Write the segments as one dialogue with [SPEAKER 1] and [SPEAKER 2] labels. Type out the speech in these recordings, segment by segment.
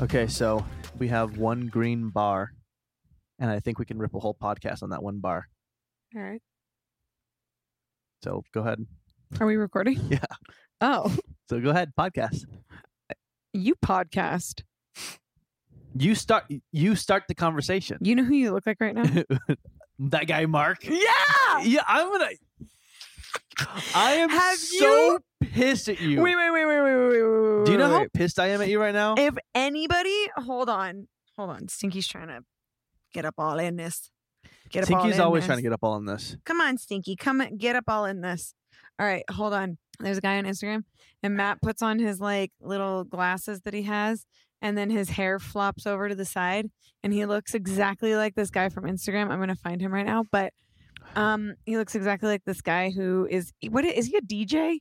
[SPEAKER 1] Okay, so we have one green bar, and I think we can rip a whole podcast on that one bar.
[SPEAKER 2] All right.
[SPEAKER 1] So go ahead.
[SPEAKER 2] Are we recording?
[SPEAKER 1] Yeah.
[SPEAKER 2] Oh,
[SPEAKER 1] So go ahead, podcast.
[SPEAKER 2] you podcast.
[SPEAKER 1] You start. You start the conversation.
[SPEAKER 2] You know who you look like right now?
[SPEAKER 1] that guy, Mark.
[SPEAKER 2] yeah.
[SPEAKER 1] Yeah, I'm gonna. I am
[SPEAKER 2] Have
[SPEAKER 1] so pissed at you.
[SPEAKER 2] Wait, wait, wait, wait, wait, wait, wait, wait. wait,
[SPEAKER 1] Do you know
[SPEAKER 2] wait,
[SPEAKER 1] how
[SPEAKER 2] wait.
[SPEAKER 1] pissed I am at you right now?
[SPEAKER 2] If anybody, hold on, hold on. Stinky's trying to get up all in this. Get up all
[SPEAKER 1] Tinky's
[SPEAKER 2] in
[SPEAKER 1] always
[SPEAKER 2] this.
[SPEAKER 1] trying to get up all in this.
[SPEAKER 2] Come on, Stinky, come and get up all in this. All right, hold on. There's a guy on Instagram, and Matt puts on his like little glasses that he has, and then his hair flops over to the side, and he looks exactly like this guy from Instagram. I'm gonna find him right now, but um, he looks exactly like this guy who is what is he a DJ,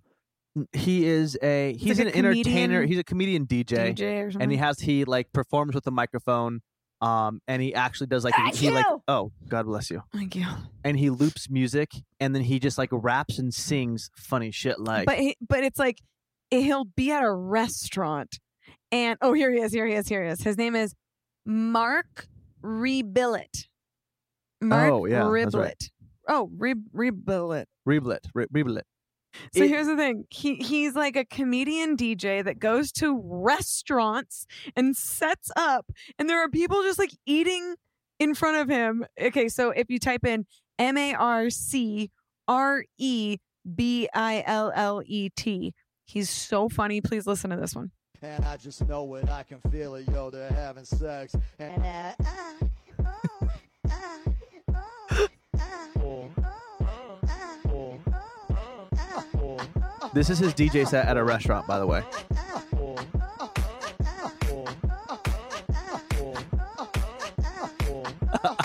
[SPEAKER 1] He is a. He's
[SPEAKER 2] like
[SPEAKER 1] an
[SPEAKER 2] a
[SPEAKER 1] entertainer.
[SPEAKER 2] comedian- mm-hmm.
[SPEAKER 1] He's a comedian
[SPEAKER 2] DJ, or something?
[SPEAKER 1] and he has he like performs with a microphone um and he actually does like
[SPEAKER 2] Thank
[SPEAKER 1] he like
[SPEAKER 2] you.
[SPEAKER 1] oh god bless you
[SPEAKER 2] Thank you.
[SPEAKER 1] and he loops music and then he just like raps and sings funny shit like
[SPEAKER 2] but he, but it's like he'll be at a restaurant, and oh here he is, here he is, here he is. His name is Mark Rebillet. Mark
[SPEAKER 1] Oh, yeah, that's right.
[SPEAKER 2] Riblet. Oh, Re- Rebillet.
[SPEAKER 1] Reblet, re- Reblet.
[SPEAKER 2] So
[SPEAKER 1] It-
[SPEAKER 2] here's the thing. He he's like a comedian DJ that goes to restaurants and sets up and there are people just like eating in front of him. Okay, so if you type in M A R C R E B I L L E T, he's so funny. Please listen to this one.
[SPEAKER 3] And I just know it, I can feel it, yo, they're having sex. And
[SPEAKER 4] And, uh, uh, oh, uh, oh,
[SPEAKER 3] oh,
[SPEAKER 4] uh, oh, uh,
[SPEAKER 3] oh,
[SPEAKER 4] oh, uh,
[SPEAKER 3] oh,
[SPEAKER 4] oh,
[SPEAKER 1] this is his dj set at a restaurant by the way
[SPEAKER 4] uh,
[SPEAKER 3] oh,
[SPEAKER 4] oh, uh,
[SPEAKER 3] oh,
[SPEAKER 4] oh, uh,
[SPEAKER 3] oh,
[SPEAKER 4] oh, uh,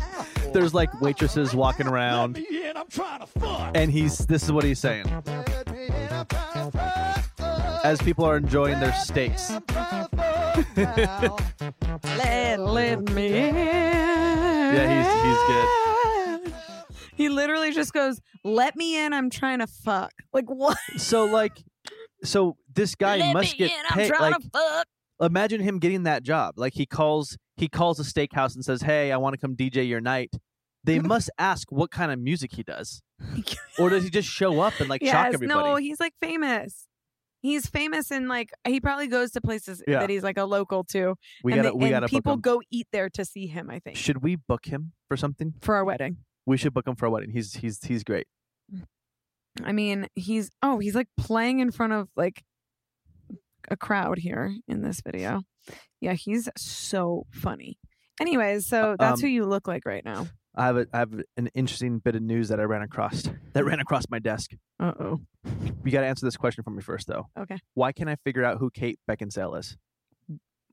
[SPEAKER 3] oh.
[SPEAKER 1] there's like waitresses walking around
[SPEAKER 3] Let me in, I'm trying to fuck.
[SPEAKER 1] and he's this is what he's saying
[SPEAKER 3] Let me in, I'm trying to fuck.
[SPEAKER 1] as people are enjoying their steaks
[SPEAKER 3] Let me in, I'm trying to fuck now.
[SPEAKER 2] Let, let me in.
[SPEAKER 1] Yeah,
[SPEAKER 2] he's he's good. He literally just goes, "Let me in. I'm trying to fuck." Like what?
[SPEAKER 1] so like so this guy
[SPEAKER 2] let
[SPEAKER 1] must
[SPEAKER 2] me
[SPEAKER 1] get
[SPEAKER 2] in. I'm
[SPEAKER 1] paid
[SPEAKER 2] trying
[SPEAKER 1] like
[SPEAKER 2] to fuck.
[SPEAKER 1] imagine him getting that job. Like he calls he calls a steakhouse and says, "Hey, I want to come DJ your night." They must ask what kind of music he does, or does he just show up and like shock everybody?
[SPEAKER 2] No, he's like famous. He's famous and like he probably goes to places
[SPEAKER 1] Yeah.
[SPEAKER 2] that he's like a local to.
[SPEAKER 1] we
[SPEAKER 2] and
[SPEAKER 1] gotta
[SPEAKER 2] they-
[SPEAKER 1] we
[SPEAKER 2] and
[SPEAKER 1] gotta book
[SPEAKER 2] people
[SPEAKER 1] him.
[SPEAKER 2] go eat there to see him, I think.
[SPEAKER 1] Should we book him for something?
[SPEAKER 2] for our wedding.
[SPEAKER 1] We should book him for a wedding. He's he's he's great.
[SPEAKER 2] I mean, he's oh, he's like playing in front of like a crowd here in this video. Yeah, he's so funny. Anyways, so that's
[SPEAKER 1] Um,
[SPEAKER 2] who you look like right now.
[SPEAKER 1] I have a, I have an interesting bit of news that I ran across that ran across my desk.
[SPEAKER 2] Uh oh.
[SPEAKER 1] You got to answer this question for me first, though.
[SPEAKER 2] Okay.
[SPEAKER 1] Why can not I figure out who Kate Beckinsale is?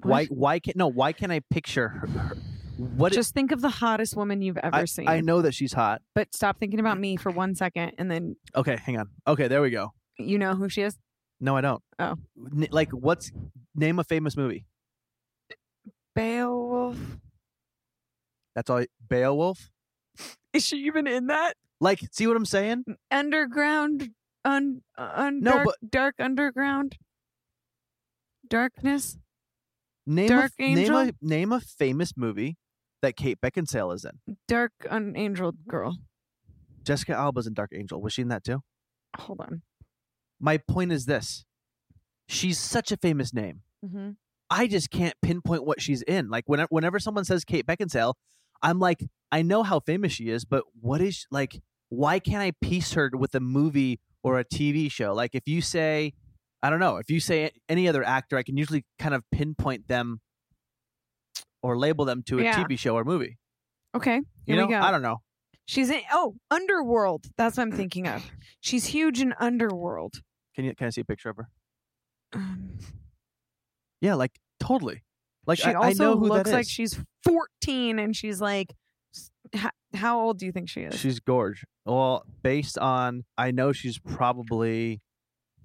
[SPEAKER 1] Why why can no? Why can not I picture her? her- What
[SPEAKER 2] Just think of the hottest woman you've ever
[SPEAKER 1] I,
[SPEAKER 2] seen.
[SPEAKER 1] I know that she's hot.
[SPEAKER 2] But stop thinking about me for one second and then
[SPEAKER 1] Okay, hang on. Okay, there we go.
[SPEAKER 2] you know who she is?
[SPEAKER 1] No, I don't.
[SPEAKER 2] Oh.
[SPEAKER 1] N- like what's name a famous movie?
[SPEAKER 2] Beowulf.
[SPEAKER 1] That's all. I- Beowulf.
[SPEAKER 2] Is she even in that
[SPEAKER 1] Like, see what I'm saying?
[SPEAKER 2] underground? Un, un
[SPEAKER 1] No,
[SPEAKER 2] dark,
[SPEAKER 1] but-
[SPEAKER 2] dark underground darkness.
[SPEAKER 1] Name
[SPEAKER 2] Dark
[SPEAKER 1] a, f- name a
[SPEAKER 2] Angel?
[SPEAKER 1] name a famous movie that Kate Beckinsale is in.
[SPEAKER 2] Dark unangeled girl.
[SPEAKER 1] Jessica Alba's in Dark Angel. Was she in that too?
[SPEAKER 2] Hold on.
[SPEAKER 1] My point is this: she's such a famous name.
[SPEAKER 2] Mm-hmm.
[SPEAKER 1] I just can't pinpoint what she's in. Like whenever whenever someone says Kate Beckinsale, I'm like, I know how famous she is, but what is like? Why can't I piece her with a movie or a TV show? Like if you say, I don't know, if you say any other actor, I can usually kind of pinpoint them or label them to a
[SPEAKER 2] Yeah.
[SPEAKER 1] TV show or movie.
[SPEAKER 2] Okay.
[SPEAKER 1] You
[SPEAKER 2] Here
[SPEAKER 1] know,
[SPEAKER 2] we go.
[SPEAKER 1] I don't know.
[SPEAKER 2] She's in oh Underworld. That's what I'm thinking of. She's huge in Underworld.
[SPEAKER 1] Can you can I see a picture of her?
[SPEAKER 2] Um,
[SPEAKER 1] Yeah, like totally. Like
[SPEAKER 2] she
[SPEAKER 1] I, I
[SPEAKER 2] also
[SPEAKER 1] know who
[SPEAKER 2] looks
[SPEAKER 1] that
[SPEAKER 2] like
[SPEAKER 1] is.
[SPEAKER 2] she's 14 and she's like, s- how, how old do you think she is?
[SPEAKER 1] She's gorge. Well, based on I know she's probably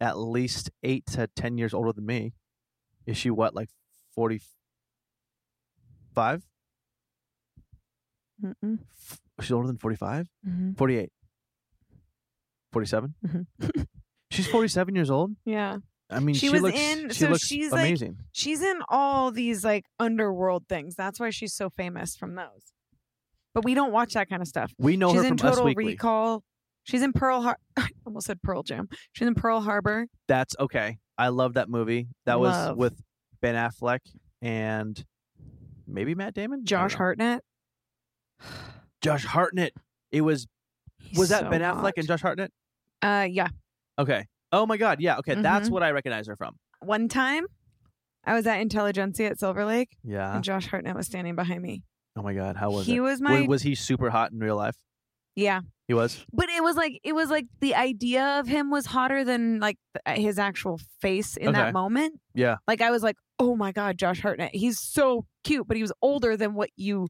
[SPEAKER 1] at least eight to ten years older than me. Is she what, like forty five?
[SPEAKER 2] Mm-mm.
[SPEAKER 1] She's older than 45?
[SPEAKER 2] Mhm.
[SPEAKER 1] 48. 47?
[SPEAKER 2] Mhm.
[SPEAKER 1] She's 47 years old?
[SPEAKER 2] Yeah.
[SPEAKER 1] I mean,
[SPEAKER 2] Mm-hmm. She
[SPEAKER 1] she,
[SPEAKER 2] was
[SPEAKER 1] looks
[SPEAKER 2] in-
[SPEAKER 1] she
[SPEAKER 2] so
[SPEAKER 1] looks
[SPEAKER 2] she's, like,
[SPEAKER 1] amazing.
[SPEAKER 2] She's in all these like underworld things. That's why she's so famous from those. But we don't watch that kind of stuff.
[SPEAKER 1] we know
[SPEAKER 2] she's
[SPEAKER 1] her
[SPEAKER 2] in
[SPEAKER 1] from Us
[SPEAKER 2] Total
[SPEAKER 1] Weekly.
[SPEAKER 2] Recall. She's in Pearl Harbor. I almost said Pearl Jam. She's in Pearl Harbor.
[SPEAKER 1] That's okay. I love that movie. That
[SPEAKER 2] Love.
[SPEAKER 1] was with Ben Affleck and maybe Matt Damon. I don't
[SPEAKER 2] Josh
[SPEAKER 1] know.
[SPEAKER 2] Hartnett.
[SPEAKER 1] Josh Hartnett. It was
[SPEAKER 2] He's
[SPEAKER 1] was that
[SPEAKER 2] so
[SPEAKER 1] Ben Affleck
[SPEAKER 2] hot.
[SPEAKER 1] and Josh Hartnett?
[SPEAKER 2] Uh, yeah.
[SPEAKER 1] Okay. Oh my God. Yeah. Okay. That's
[SPEAKER 2] Mhm.
[SPEAKER 1] what I recognize her from.
[SPEAKER 2] One time, I was at Intelligentsia at Silver Lake,
[SPEAKER 1] Yeah.
[SPEAKER 2] and Josh Hartnett was standing behind me.
[SPEAKER 1] Oh my God. Uh. How was
[SPEAKER 2] he
[SPEAKER 1] it?
[SPEAKER 2] was
[SPEAKER 1] Wa-
[SPEAKER 2] my
[SPEAKER 1] was he super hot in real life?
[SPEAKER 2] yeah,
[SPEAKER 1] He was.
[SPEAKER 2] but it was like it was like the idea of him was hotter than like th- uh, his actual face in
[SPEAKER 1] Okay.
[SPEAKER 2] that moment.
[SPEAKER 1] Yeah.
[SPEAKER 2] like I was like, oh my god, Josh Hartnett, he's so cute, but he was older than what you,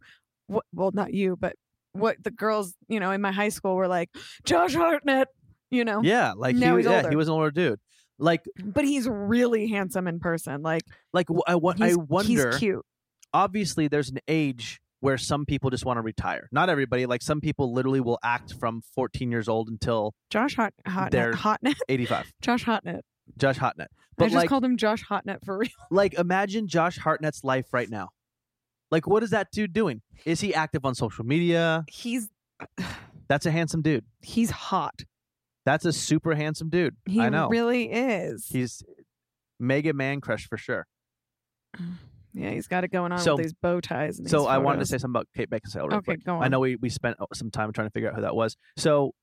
[SPEAKER 2] what, well, not you, but what the girls you know in my high school were like, Josh Hartnett, you know.
[SPEAKER 1] Yeah. Like he
[SPEAKER 2] Now
[SPEAKER 1] was.
[SPEAKER 2] he's
[SPEAKER 1] Yeah. He
[SPEAKER 2] older.
[SPEAKER 1] was an Oh, older dude. Like
[SPEAKER 2] But he's really handsome in person. Like
[SPEAKER 1] like wh- I, wa- I
[SPEAKER 2] he's-
[SPEAKER 1] wonder.
[SPEAKER 2] he's cute.
[SPEAKER 1] obviously there's an age where some people just want to retire. Not everybody. Like some people literally will act from 14 years old until
[SPEAKER 2] Josh Hot Hotnet,
[SPEAKER 1] They're-
[SPEAKER 2] Hotnet,
[SPEAKER 1] 85.
[SPEAKER 2] Josh Hotnet.
[SPEAKER 1] Josh Hartnett.
[SPEAKER 2] I
[SPEAKER 1] But
[SPEAKER 2] just
[SPEAKER 1] like,
[SPEAKER 2] called him Josh Hotnet for real.
[SPEAKER 1] like imagine Josh Hartnett's life right now. Like, what is that dude doing? Is he active on social media?
[SPEAKER 2] He's
[SPEAKER 1] That's a handsome dude.
[SPEAKER 2] he's hot.
[SPEAKER 1] That's a super handsome dude.
[SPEAKER 2] He
[SPEAKER 1] I know.
[SPEAKER 2] really is.
[SPEAKER 1] He's mega man crush for sure.
[SPEAKER 2] yeah, he's got it going on
[SPEAKER 1] So-
[SPEAKER 2] with these bow ties. And
[SPEAKER 1] So
[SPEAKER 2] these
[SPEAKER 1] I wanted to
[SPEAKER 2] photos.
[SPEAKER 1] say something about Kate Beckinsale. Real
[SPEAKER 2] Okay,
[SPEAKER 1] quick.
[SPEAKER 2] go
[SPEAKER 1] I
[SPEAKER 2] on.
[SPEAKER 1] know we we spent uh, some time trying to figure out who that was. So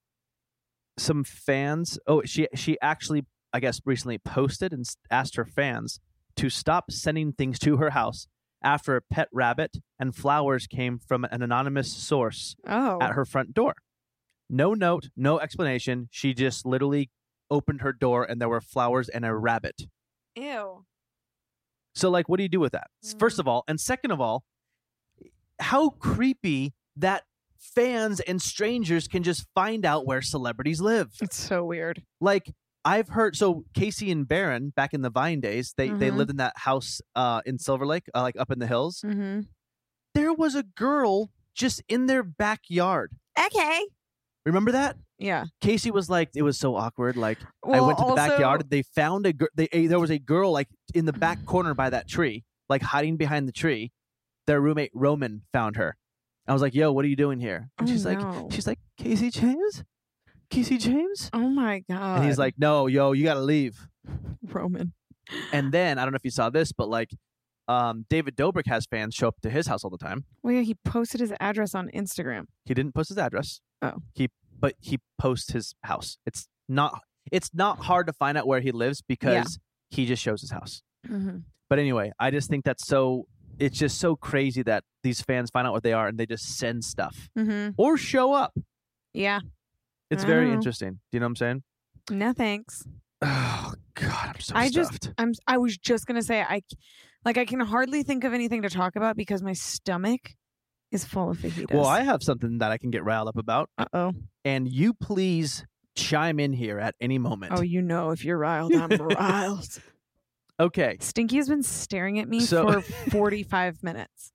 [SPEAKER 1] some fans. Oh, she she actually I guess recently posted and s- asked her fans to stop sending things to her house after a pet rabbit and flowers came from an anonymous source
[SPEAKER 2] oh,
[SPEAKER 1] at her front door. No note, no explanation. She just literally opened her door and there were flowers and a rabbit.
[SPEAKER 2] ew.
[SPEAKER 1] So, like, what do you do with that? S- First of all, and second of all, how creepy that fans and strangers can just find out where celebrities live.
[SPEAKER 2] It's so weird.
[SPEAKER 1] Like, I've heard so Casey and Barron back in the Vine days, they they
[SPEAKER 2] Mhm.
[SPEAKER 1] lived in that house uh, in Silver Lake, uh, like up in the hills.
[SPEAKER 2] Mm-hmm.
[SPEAKER 1] There was a girl just in their backyard.
[SPEAKER 2] Okay.
[SPEAKER 1] Remember that?
[SPEAKER 2] Yeah.
[SPEAKER 1] Casey was like, it was so awkward. Like,
[SPEAKER 2] Well,
[SPEAKER 1] I went to the
[SPEAKER 2] also,
[SPEAKER 1] backyard. They found a girl. They a, there was a girl like in the back corner by that tree, like hiding behind the tree. Their roommate Roman found her. I was like, "Yo, what are you doing here?" And
[SPEAKER 2] Oh,
[SPEAKER 1] she's like,
[SPEAKER 2] no.
[SPEAKER 1] "She's like Casey James, Casey James."
[SPEAKER 2] Oh my god.
[SPEAKER 1] and he's like, "No, yo, you gotta leave."
[SPEAKER 2] Roman.
[SPEAKER 1] And then I don't know if you saw this, but like, um, David Dobrik has fans show up to his house all the time.
[SPEAKER 2] Well, yeah, he posted his address on Instagram.
[SPEAKER 1] He didn't post his address.
[SPEAKER 2] Oh.
[SPEAKER 1] He but he posts his house. It's not it's not hard to find out where he lives because he just shows his house.
[SPEAKER 2] Mm-hmm.
[SPEAKER 1] But anyway, I just think that's so it's just so crazy that these fans find out what they are and they just send stuff
[SPEAKER 2] Mm-hmm.
[SPEAKER 1] or show up.
[SPEAKER 2] Yeah.
[SPEAKER 1] It's
[SPEAKER 2] I
[SPEAKER 1] very
[SPEAKER 2] know.
[SPEAKER 1] interesting. Do you know what I'm saying?
[SPEAKER 2] No thanks.
[SPEAKER 1] Oh god, I'm so
[SPEAKER 2] I just-
[SPEAKER 1] stuffed.
[SPEAKER 2] I'm. I was just gonna say I, c- like, I can hardly think of anything to talk about because my stomach is full of fajitas.
[SPEAKER 1] well, I have something that I can get riled up about
[SPEAKER 2] Uh oh.
[SPEAKER 1] and you please chime in here at any moment.
[SPEAKER 2] Oh, you know, if you're riled, I'm riled.
[SPEAKER 1] okay.
[SPEAKER 2] Stinky has been staring at me
[SPEAKER 1] So-
[SPEAKER 2] for 45 minutes.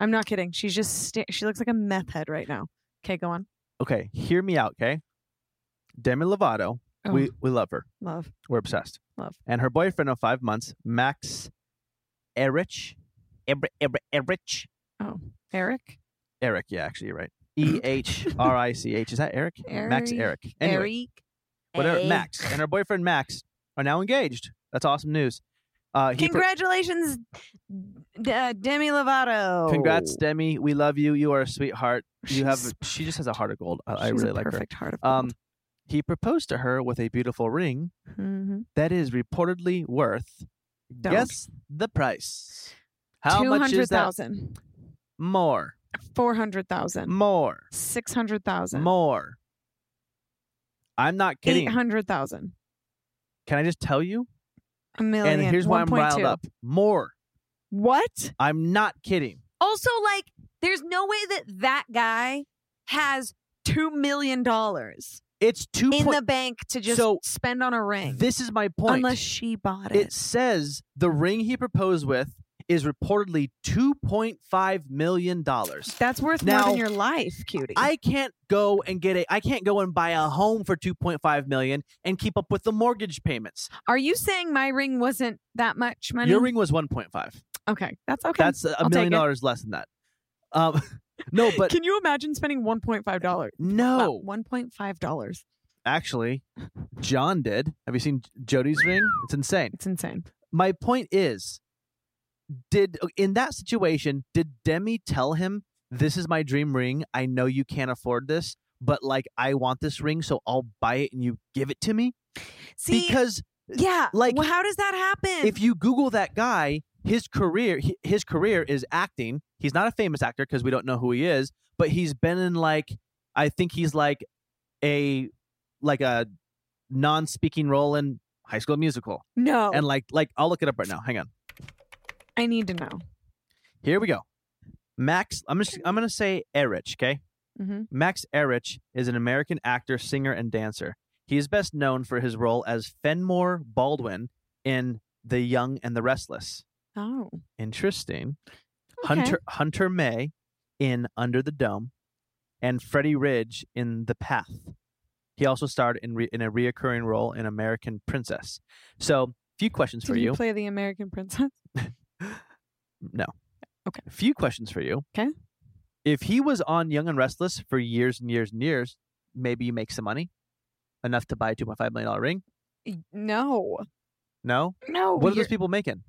[SPEAKER 2] I'm not kidding. She's just, sta- she looks like a meth head right now. Okay, go on.
[SPEAKER 1] Okay, hear me out, okay? Demi Lovato,
[SPEAKER 2] Oh,
[SPEAKER 1] we we love her.
[SPEAKER 2] love.
[SPEAKER 1] We're obsessed.
[SPEAKER 2] Love.
[SPEAKER 1] And her boyfriend of five months, Max Erich. Eber, Eber, Erich.
[SPEAKER 2] Eric?
[SPEAKER 1] Eric, yeah, actually, you're right. E H R I C H. Is that Eric? Max
[SPEAKER 2] Eric.
[SPEAKER 1] Eric. Anyway,
[SPEAKER 2] Eric?
[SPEAKER 1] whatever.
[SPEAKER 2] Eh.
[SPEAKER 1] Max and her boyfriend Max are now engaged. That's awesome news. Uh, he per-
[SPEAKER 2] Congratulations, D- uh, Demi Lovato.
[SPEAKER 1] congrats, Demi. We love you. You are a sweetheart.
[SPEAKER 2] Oh. She's
[SPEAKER 1] You have. She just has a heart of gold. I, I
[SPEAKER 2] She's a
[SPEAKER 1] really like her.
[SPEAKER 2] perfect heart of
[SPEAKER 1] Um, he proposed to her with a beautiful ring
[SPEAKER 2] hmm
[SPEAKER 1] that is reportedly worth.
[SPEAKER 2] Don't.
[SPEAKER 1] Guess the price. How much is that?
[SPEAKER 2] 200,000,
[SPEAKER 1] More.
[SPEAKER 2] 400,000,
[SPEAKER 1] More.
[SPEAKER 2] 600,000,
[SPEAKER 1] More. I'm not kidding.
[SPEAKER 2] 800,000,
[SPEAKER 1] Can I just tell you?
[SPEAKER 2] a million.
[SPEAKER 1] and here's why I'm
[SPEAKER 2] 1.2.
[SPEAKER 1] riled up. More.
[SPEAKER 2] What?
[SPEAKER 1] I'm not kidding.
[SPEAKER 2] Also, like, there's no way that that guy has two million dollars
[SPEAKER 1] It's two
[SPEAKER 2] in
[SPEAKER 1] point.
[SPEAKER 2] the bank to just
[SPEAKER 1] So,
[SPEAKER 2] spend on a ring,
[SPEAKER 1] this is my point.
[SPEAKER 2] unless she bought it.
[SPEAKER 1] it says the ring he proposed with is reportedly $2.5 million.
[SPEAKER 2] That's worth more
[SPEAKER 1] Now,
[SPEAKER 2] than your life, cutie.
[SPEAKER 1] I can't go and get a I can't go and buy a home for 2.5 million and keep up with the mortgage payments.
[SPEAKER 2] Are you saying my ring wasn't that much money?
[SPEAKER 1] Your ring was 1.5.
[SPEAKER 2] okay, that's okay.
[SPEAKER 1] That's a
[SPEAKER 2] I'll take
[SPEAKER 1] million
[SPEAKER 2] it.
[SPEAKER 1] dollars less than that. Um no, but
[SPEAKER 2] Can you imagine spending one point five dollars?
[SPEAKER 1] no.
[SPEAKER 2] one point five dollars.
[SPEAKER 1] Actually, John did. Have you seen J- Jody's ring? It's insane.
[SPEAKER 2] It's insane.
[SPEAKER 1] My point is did in that situation did Demi tell him this is my dream ring. I know you can't afford this, but like I want this ring so I'll buy it and you give it to me?
[SPEAKER 2] See,
[SPEAKER 1] because
[SPEAKER 2] yeah,
[SPEAKER 1] like,
[SPEAKER 2] well, how does that happen?
[SPEAKER 1] if you google that guy his career hi- his career is acting he's not a famous actor because we don't know who he is but he's been in like i think he's like a like a non-speaking role in high school musical
[SPEAKER 2] no,
[SPEAKER 1] and like like i'll look it up right now hang on
[SPEAKER 2] I need to know.
[SPEAKER 1] here we go max i'm just i'm gonna say erich okay
[SPEAKER 2] hmm
[SPEAKER 1] max erich is an american actor singer and dancer he is best known for his role as fenmore baldwin in the young and the restless
[SPEAKER 2] Oh,
[SPEAKER 1] Interesting.
[SPEAKER 2] okay.
[SPEAKER 1] Hunter Hunter May in Under the Dome, and Freddie Ridge in The Path. He also starred in re- in a reoccurring role in American Princess. So, few questions
[SPEAKER 2] Did
[SPEAKER 1] for
[SPEAKER 2] he
[SPEAKER 1] you.
[SPEAKER 2] play the American princess?
[SPEAKER 1] no.
[SPEAKER 2] Okay.
[SPEAKER 1] Few questions for you.
[SPEAKER 2] 'Kay.
[SPEAKER 1] If he was on Young and Restless for years and years and years, maybe you make some money, enough to buy a two point five million dollar ring.
[SPEAKER 2] Y- No,
[SPEAKER 1] No.
[SPEAKER 2] no.
[SPEAKER 1] what are
[SPEAKER 2] you're-
[SPEAKER 1] those people making?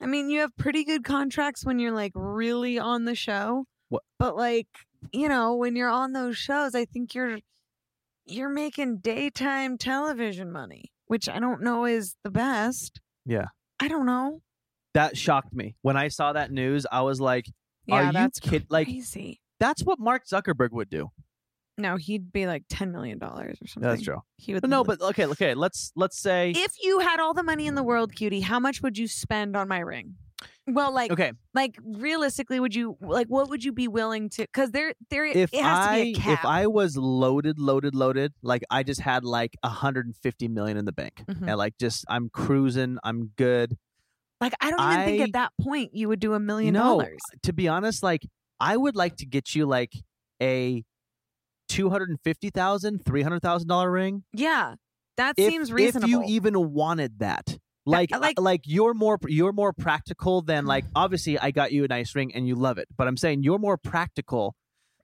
[SPEAKER 2] I mean, you have pretty good contracts when you're like really on the show.
[SPEAKER 1] What-
[SPEAKER 2] But like, you know, when you're on those shows, I think you're you're making daytime television money, which I don't know is the best.
[SPEAKER 1] Yeah.
[SPEAKER 2] I don't know.
[SPEAKER 1] That shocked me when I saw that news. I was like, "Are
[SPEAKER 2] Yeah,
[SPEAKER 1] you
[SPEAKER 2] that's
[SPEAKER 1] kid- like,
[SPEAKER 2] crazy.
[SPEAKER 1] that's what Mark Zuckerberg would do."
[SPEAKER 2] No, he'd be like ten million dollars or something.
[SPEAKER 1] That's true.
[SPEAKER 2] He would
[SPEAKER 1] But no,
[SPEAKER 2] lose.
[SPEAKER 1] but okay, okay. Let's let's say
[SPEAKER 2] if you had all the money in the world, cutie, how much would you spend on my ring? Well, like,
[SPEAKER 1] okay.
[SPEAKER 2] like realistically, would you like what would you be willing to? Because there, there,
[SPEAKER 1] If
[SPEAKER 2] it has
[SPEAKER 1] I
[SPEAKER 2] to be a cap.
[SPEAKER 1] if I was loaded, loaded, loaded, like I just had like 150 million in the bank,
[SPEAKER 2] Mhm.
[SPEAKER 1] and like just I'm cruising, I'm good.
[SPEAKER 2] Like I don't even think
[SPEAKER 1] I-
[SPEAKER 2] at that point you would do a million
[SPEAKER 1] No,
[SPEAKER 2] dollars.
[SPEAKER 1] To be honest, like I would like to get you like a. Two hundred and fifty thousand, three hundred thousand dollar ring.
[SPEAKER 2] Yeah, that
[SPEAKER 1] If- If
[SPEAKER 2] seems
[SPEAKER 1] you
[SPEAKER 2] reasonable.
[SPEAKER 1] even wanted that, like, uh,
[SPEAKER 2] I like-
[SPEAKER 1] like,
[SPEAKER 2] Mm.
[SPEAKER 1] like you're more you're more practical than like. Obviously, I got you a nice ring and you love it, but I'm saying you're more practical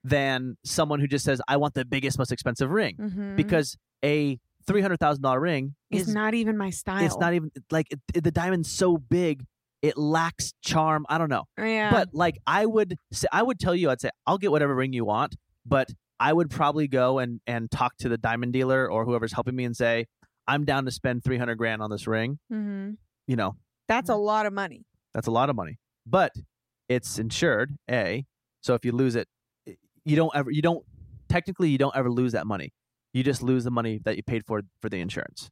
[SPEAKER 1] than someone who just says, "I want the biggest, most expensive ring,"
[SPEAKER 2] Mhm.
[SPEAKER 1] because a three hundred thousand dollar ring
[SPEAKER 2] it's
[SPEAKER 1] is
[SPEAKER 2] not even my style.
[SPEAKER 1] it's not even like it, it- the diamond's so big it lacks charm. I don't know,
[SPEAKER 2] Uh, Yeah.
[SPEAKER 1] but like I would say, I would tell you, I'd say I'll get whatever ring you want, but I would probably go and and talk to the diamond dealer or whoever's helping me and say, I'm down to spend three hundred grand on this ring.
[SPEAKER 2] Mhm.
[SPEAKER 1] You know,
[SPEAKER 2] that's a lot of money.
[SPEAKER 1] that's a lot of money, but it's insured. A, so if you lose it, i- you don't ever you don't technically you don't ever lose that money. You just lose the money that you paid for for the insurance.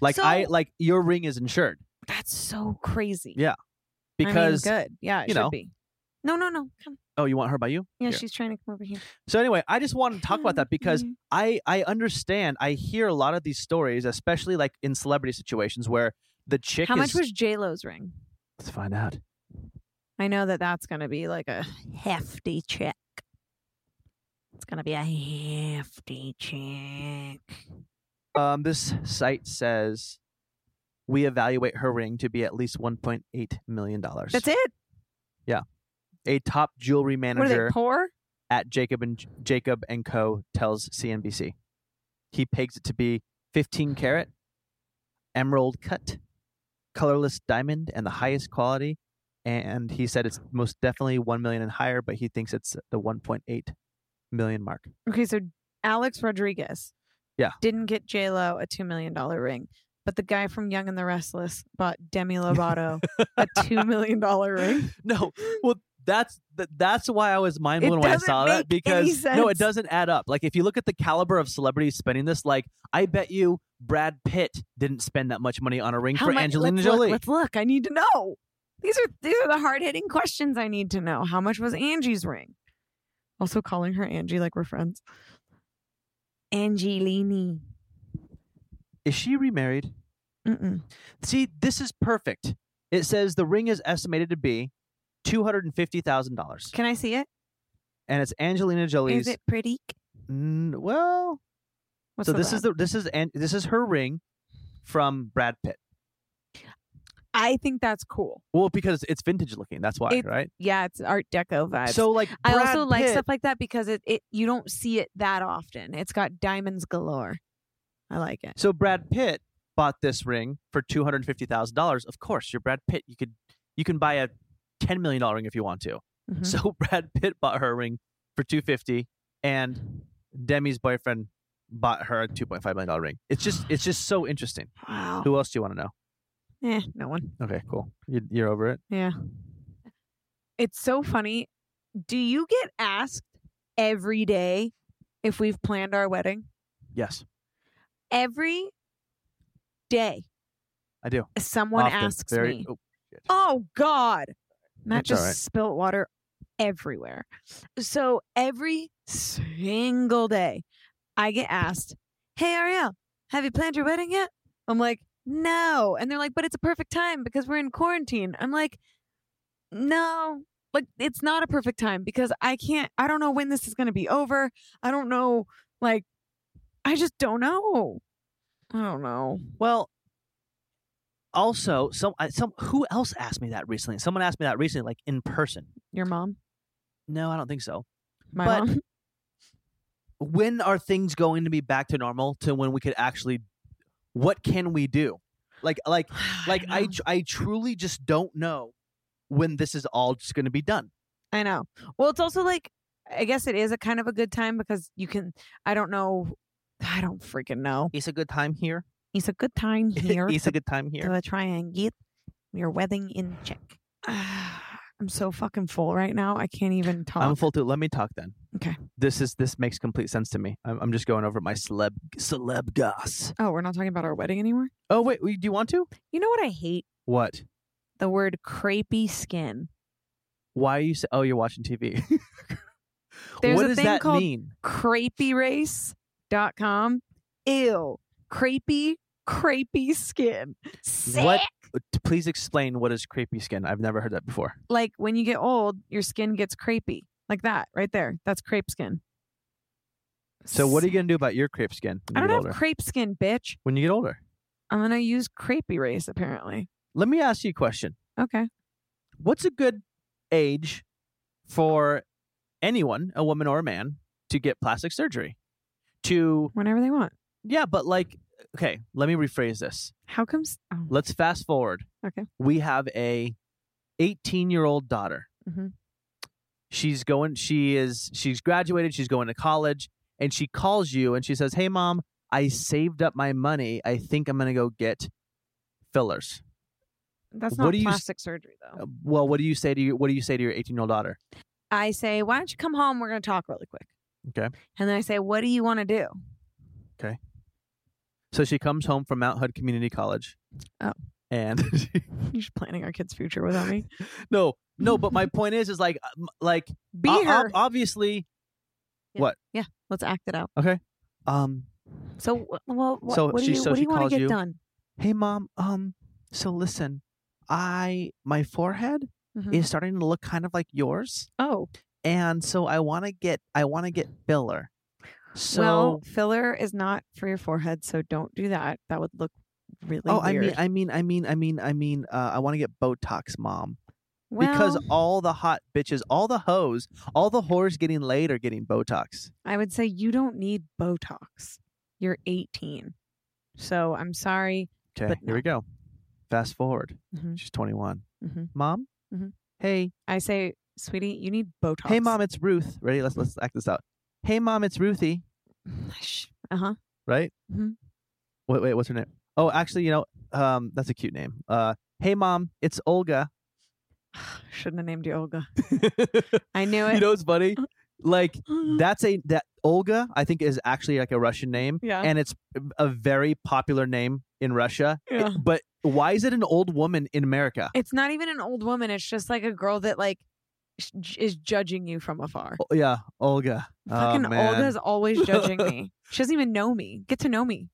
[SPEAKER 1] Like I
[SPEAKER 2] So-
[SPEAKER 1] like your ring is insured
[SPEAKER 2] That's so crazy.
[SPEAKER 1] Yeah,
[SPEAKER 2] I mean,
[SPEAKER 1] because
[SPEAKER 2] good. Yeah, it
[SPEAKER 1] you
[SPEAKER 2] should
[SPEAKER 1] know.
[SPEAKER 2] be. No, no, no. Come.
[SPEAKER 1] oh you want her by you
[SPEAKER 2] Yeah,
[SPEAKER 1] Here.
[SPEAKER 2] she's trying to come over here.
[SPEAKER 1] So anyway, I just wanted to talk about that because
[SPEAKER 2] Mhm.
[SPEAKER 1] I I understand I hear a lot of these stories, especially like in celebrity situations where the chick
[SPEAKER 2] how
[SPEAKER 1] is,
[SPEAKER 2] much was J Lo's ring?
[SPEAKER 1] let's find out
[SPEAKER 2] I know that that's going to be like a hefty check. It's going to be a hefty check.
[SPEAKER 1] Um, this site says we evaluate her ring to be at least 1.8 million dollars.
[SPEAKER 2] That's it.
[SPEAKER 1] A top jewelry
[SPEAKER 2] What are they
[SPEAKER 1] manager
[SPEAKER 2] poor?
[SPEAKER 1] at Jacob and Jacob and Co. tells CNBC he pegs it to be 15 carat emerald cut, colorless diamond, and the highest quality. And he said it's most definitely one million and higher, but he thinks it's the 1.8 million mark.
[SPEAKER 2] Okay, so Alex Rodriguez,
[SPEAKER 1] Yeah.
[SPEAKER 2] didn't get J Lo a two million dollar ring, but the guy from Young and the Restless bought Demi Lovato a two million dollar ring.
[SPEAKER 1] no, well, that's th- that's why I was mind blown when I
[SPEAKER 2] doesn't
[SPEAKER 1] saw that
[SPEAKER 2] make any
[SPEAKER 1] because no, it
[SPEAKER 2] sense.
[SPEAKER 1] doesn't add up. Like if you look at the caliber of celebrities spending this, like I bet you Brad Pitt didn't spend that much money on a ring
[SPEAKER 2] How
[SPEAKER 1] for
[SPEAKER 2] much-
[SPEAKER 1] Angelina
[SPEAKER 2] let's
[SPEAKER 1] Jolie.
[SPEAKER 2] Look, let's look. I need to know. These are these are the hard hitting questions I need to know. How much was Angie's ring? Also calling her Angie like we're friends. Angelini.
[SPEAKER 1] Is she remarried?
[SPEAKER 2] Mm-mm.
[SPEAKER 1] See, this is perfect. It says the ring is estimated to be two hundred and fifty thousand dollars,
[SPEAKER 2] Can I see it?
[SPEAKER 1] and it's Angelina Jolie's.
[SPEAKER 2] Is it pretty?
[SPEAKER 1] Mm, well,
[SPEAKER 2] What's
[SPEAKER 1] so this is the this is and this is her ring from Brad Pitt.
[SPEAKER 2] I think that's cool.
[SPEAKER 1] Well, because it's vintage looking, that's why,
[SPEAKER 2] It's-
[SPEAKER 1] right?
[SPEAKER 2] Yeah, it's Art Deco vibes.
[SPEAKER 1] So like,
[SPEAKER 2] I
[SPEAKER 1] Brad
[SPEAKER 2] also like
[SPEAKER 1] Pitt-
[SPEAKER 2] stuff like that because it, it you don't see it that often. It's got diamonds galore. I like it.
[SPEAKER 1] So Brad Pitt bought this ring for two hundred fifty thousand dollars. Of course, you're Brad Pitt. You could you can buy a ten million dollar ring if you want to.
[SPEAKER 2] Mhm.
[SPEAKER 1] So Brad Pitt bought her a ring for two fifty, and Demi's boyfriend bought her a two point five million dollar ring. It's just it's just so interesting.
[SPEAKER 2] wow.
[SPEAKER 1] Who else do you want to know?
[SPEAKER 2] Eh, no one.
[SPEAKER 1] Okay, cool. You, you're over it.
[SPEAKER 2] Yeah. It's so funny. Do you get asked every day if we've planned our wedding?
[SPEAKER 1] Yes,
[SPEAKER 2] Every day
[SPEAKER 1] I do.
[SPEAKER 2] someone
[SPEAKER 1] Often,
[SPEAKER 2] asks
[SPEAKER 1] very-
[SPEAKER 2] me.
[SPEAKER 1] oh,
[SPEAKER 2] Oh God. Matt
[SPEAKER 1] It's all
[SPEAKER 2] just
[SPEAKER 1] right.
[SPEAKER 2] spilt water everywhere. So every single day I get asked, Hey Ariel, have you planned your wedding yet? I'm like, No. And they're like, But it's a perfect time because we're in quarantine. I'm like, No. Like it's not a perfect time because I can't I don't know when this is gonna be over. I don't know like I just don't know. I don't know.
[SPEAKER 1] Well, also, some I- some who else asked me that recently? Someone asked me that recently, like in person.
[SPEAKER 2] Your mom?
[SPEAKER 1] No, I don't think so.
[SPEAKER 2] My
[SPEAKER 1] But-
[SPEAKER 2] mom?
[SPEAKER 1] When are things going to be back to normal? To when we could actually, what can we do? Like, like, like I,
[SPEAKER 2] know.
[SPEAKER 1] tr- I truly just don't know when this is all just going to be done.
[SPEAKER 2] I know. Well, it's also like I guess it is a kind of a good time because you can. I don't know. I don't freaking know.
[SPEAKER 1] It's a good time here.
[SPEAKER 2] It's a good time here
[SPEAKER 1] it's a good time here.
[SPEAKER 2] to try and get your wedding in check. I'm so fucking full right now. I can't even talk.
[SPEAKER 1] I'm full too. Let me talk then.
[SPEAKER 2] Okay.
[SPEAKER 1] This is this makes complete sense to me. I'm, I'm just going over my celeb celeb goss.
[SPEAKER 2] Oh, we're not talking about our wedding anymore.
[SPEAKER 1] Oh wait, we- do you want to?
[SPEAKER 2] You know what I hate?
[SPEAKER 1] What?
[SPEAKER 2] The word crepey skin.
[SPEAKER 1] Why are you? Say, oh, you're watching TV.
[SPEAKER 2] There's
[SPEAKER 1] what
[SPEAKER 2] a
[SPEAKER 1] does
[SPEAKER 2] thing
[SPEAKER 1] that
[SPEAKER 2] called-
[SPEAKER 1] mean?
[SPEAKER 2] Crepeyrace.com. Ew. Crepey, crepey skin. Sick.
[SPEAKER 1] What? uh, t- Please explain what is creepy skin. I've never heard that before.
[SPEAKER 2] like when you get old, your skin gets crepey, like that right there. That's crepe skin.
[SPEAKER 1] So what are you gonna do about your crepe skin when
[SPEAKER 2] I
[SPEAKER 1] you
[SPEAKER 2] don't
[SPEAKER 1] get
[SPEAKER 2] have
[SPEAKER 1] older?
[SPEAKER 2] crepe skin, bitch.
[SPEAKER 1] when you get older,
[SPEAKER 2] I'm gonna use crepe erase apparently.
[SPEAKER 1] let me ask you a question.
[SPEAKER 2] Okay,
[SPEAKER 1] What's a good age for anyone, a woman or a man, to get plastic surgery? To
[SPEAKER 2] whenever they want.
[SPEAKER 1] yeah, but like okay, let me rephrase this.
[SPEAKER 2] How comes? Oh,
[SPEAKER 1] Let's fast forward.
[SPEAKER 2] Okay.
[SPEAKER 1] We have a 18 year old daughter.
[SPEAKER 2] Mhm.
[SPEAKER 1] She's going, she is, she's graduated, she's going to college, and she calls you and she says, Hey, mom, I saved up my money. I think I'm going to go get fillers.
[SPEAKER 2] that's
[SPEAKER 1] what
[SPEAKER 2] not
[SPEAKER 1] do you s-
[SPEAKER 2] plastic surgery though.
[SPEAKER 1] Uh, Well, what do you say to your, what do you say to your 18 year old daughter?
[SPEAKER 2] I say, why don't you come home? We're gonna talk really quick.
[SPEAKER 1] Okay.
[SPEAKER 2] And then I say, what do you want to do?
[SPEAKER 1] So she comes home from Mount Hood Community College.
[SPEAKER 2] Oh.
[SPEAKER 1] And
[SPEAKER 2] You're just planning our kid's future without me.
[SPEAKER 1] no, no, but my point is, is like, um, like,
[SPEAKER 2] Be
[SPEAKER 1] o- o-
[SPEAKER 2] her.
[SPEAKER 1] obviously,
[SPEAKER 2] Let's act it out.
[SPEAKER 1] um,
[SPEAKER 2] So, wh- well, wh-
[SPEAKER 1] So
[SPEAKER 2] what do
[SPEAKER 1] she-
[SPEAKER 2] you,
[SPEAKER 1] so
[SPEAKER 2] what do
[SPEAKER 1] she
[SPEAKER 2] you want
[SPEAKER 1] calls
[SPEAKER 2] to get
[SPEAKER 1] you-
[SPEAKER 2] done?
[SPEAKER 1] hey mom um so listen i my forehead
[SPEAKER 2] Mhm.
[SPEAKER 1] is starting to look kind of like yours
[SPEAKER 2] oh,
[SPEAKER 1] and so i want to get i want to get filler so
[SPEAKER 2] well, filler is not for your forehead, so don't do that. That would look really
[SPEAKER 1] oh
[SPEAKER 2] weird.
[SPEAKER 1] i mean i mean i mean i mean i mean uh, i want to get botox mom
[SPEAKER 2] well,
[SPEAKER 1] because all the hot bitches all the hoes all the whores getting laid are getting botox
[SPEAKER 2] I would say you don't need Botox. You're 18, so I'm sorry.
[SPEAKER 1] okay
[SPEAKER 2] But
[SPEAKER 1] here we go fast forward
[SPEAKER 2] Mhm.
[SPEAKER 1] she's 21
[SPEAKER 2] Mhm.
[SPEAKER 1] mom
[SPEAKER 2] Mhm.
[SPEAKER 1] hey
[SPEAKER 2] I say, sweetie, you need Botox.
[SPEAKER 1] hey mom it's ruth ready let's let's act this out hey mom it's ruthie
[SPEAKER 2] Uh huh.
[SPEAKER 1] right?
[SPEAKER 2] Mhm.
[SPEAKER 1] Wait, wait, what's her name? Oh, actually, you know, um, that's a cute name. Uh, hey, mom, it's Olga.
[SPEAKER 2] Shouldn't have named you Olga.
[SPEAKER 1] you
[SPEAKER 2] I knew it.
[SPEAKER 1] know, it's funny. Like
[SPEAKER 2] Mm-hmm.
[SPEAKER 1] that's a that Olga, I think, is actually like a Russian name,
[SPEAKER 2] yeah.
[SPEAKER 1] and it's a very popular name in Russia. It-
[SPEAKER 2] Yeah.
[SPEAKER 1] but why is it an old woman in America?
[SPEAKER 2] it's not even an old woman. It's just like a girl that like sh- j- is judging you from afar.
[SPEAKER 1] Oh, yeah, Olga. Oh,
[SPEAKER 2] Fucking
[SPEAKER 1] man.
[SPEAKER 2] Olga's always judging me. She doesn't even know me. Get to know me.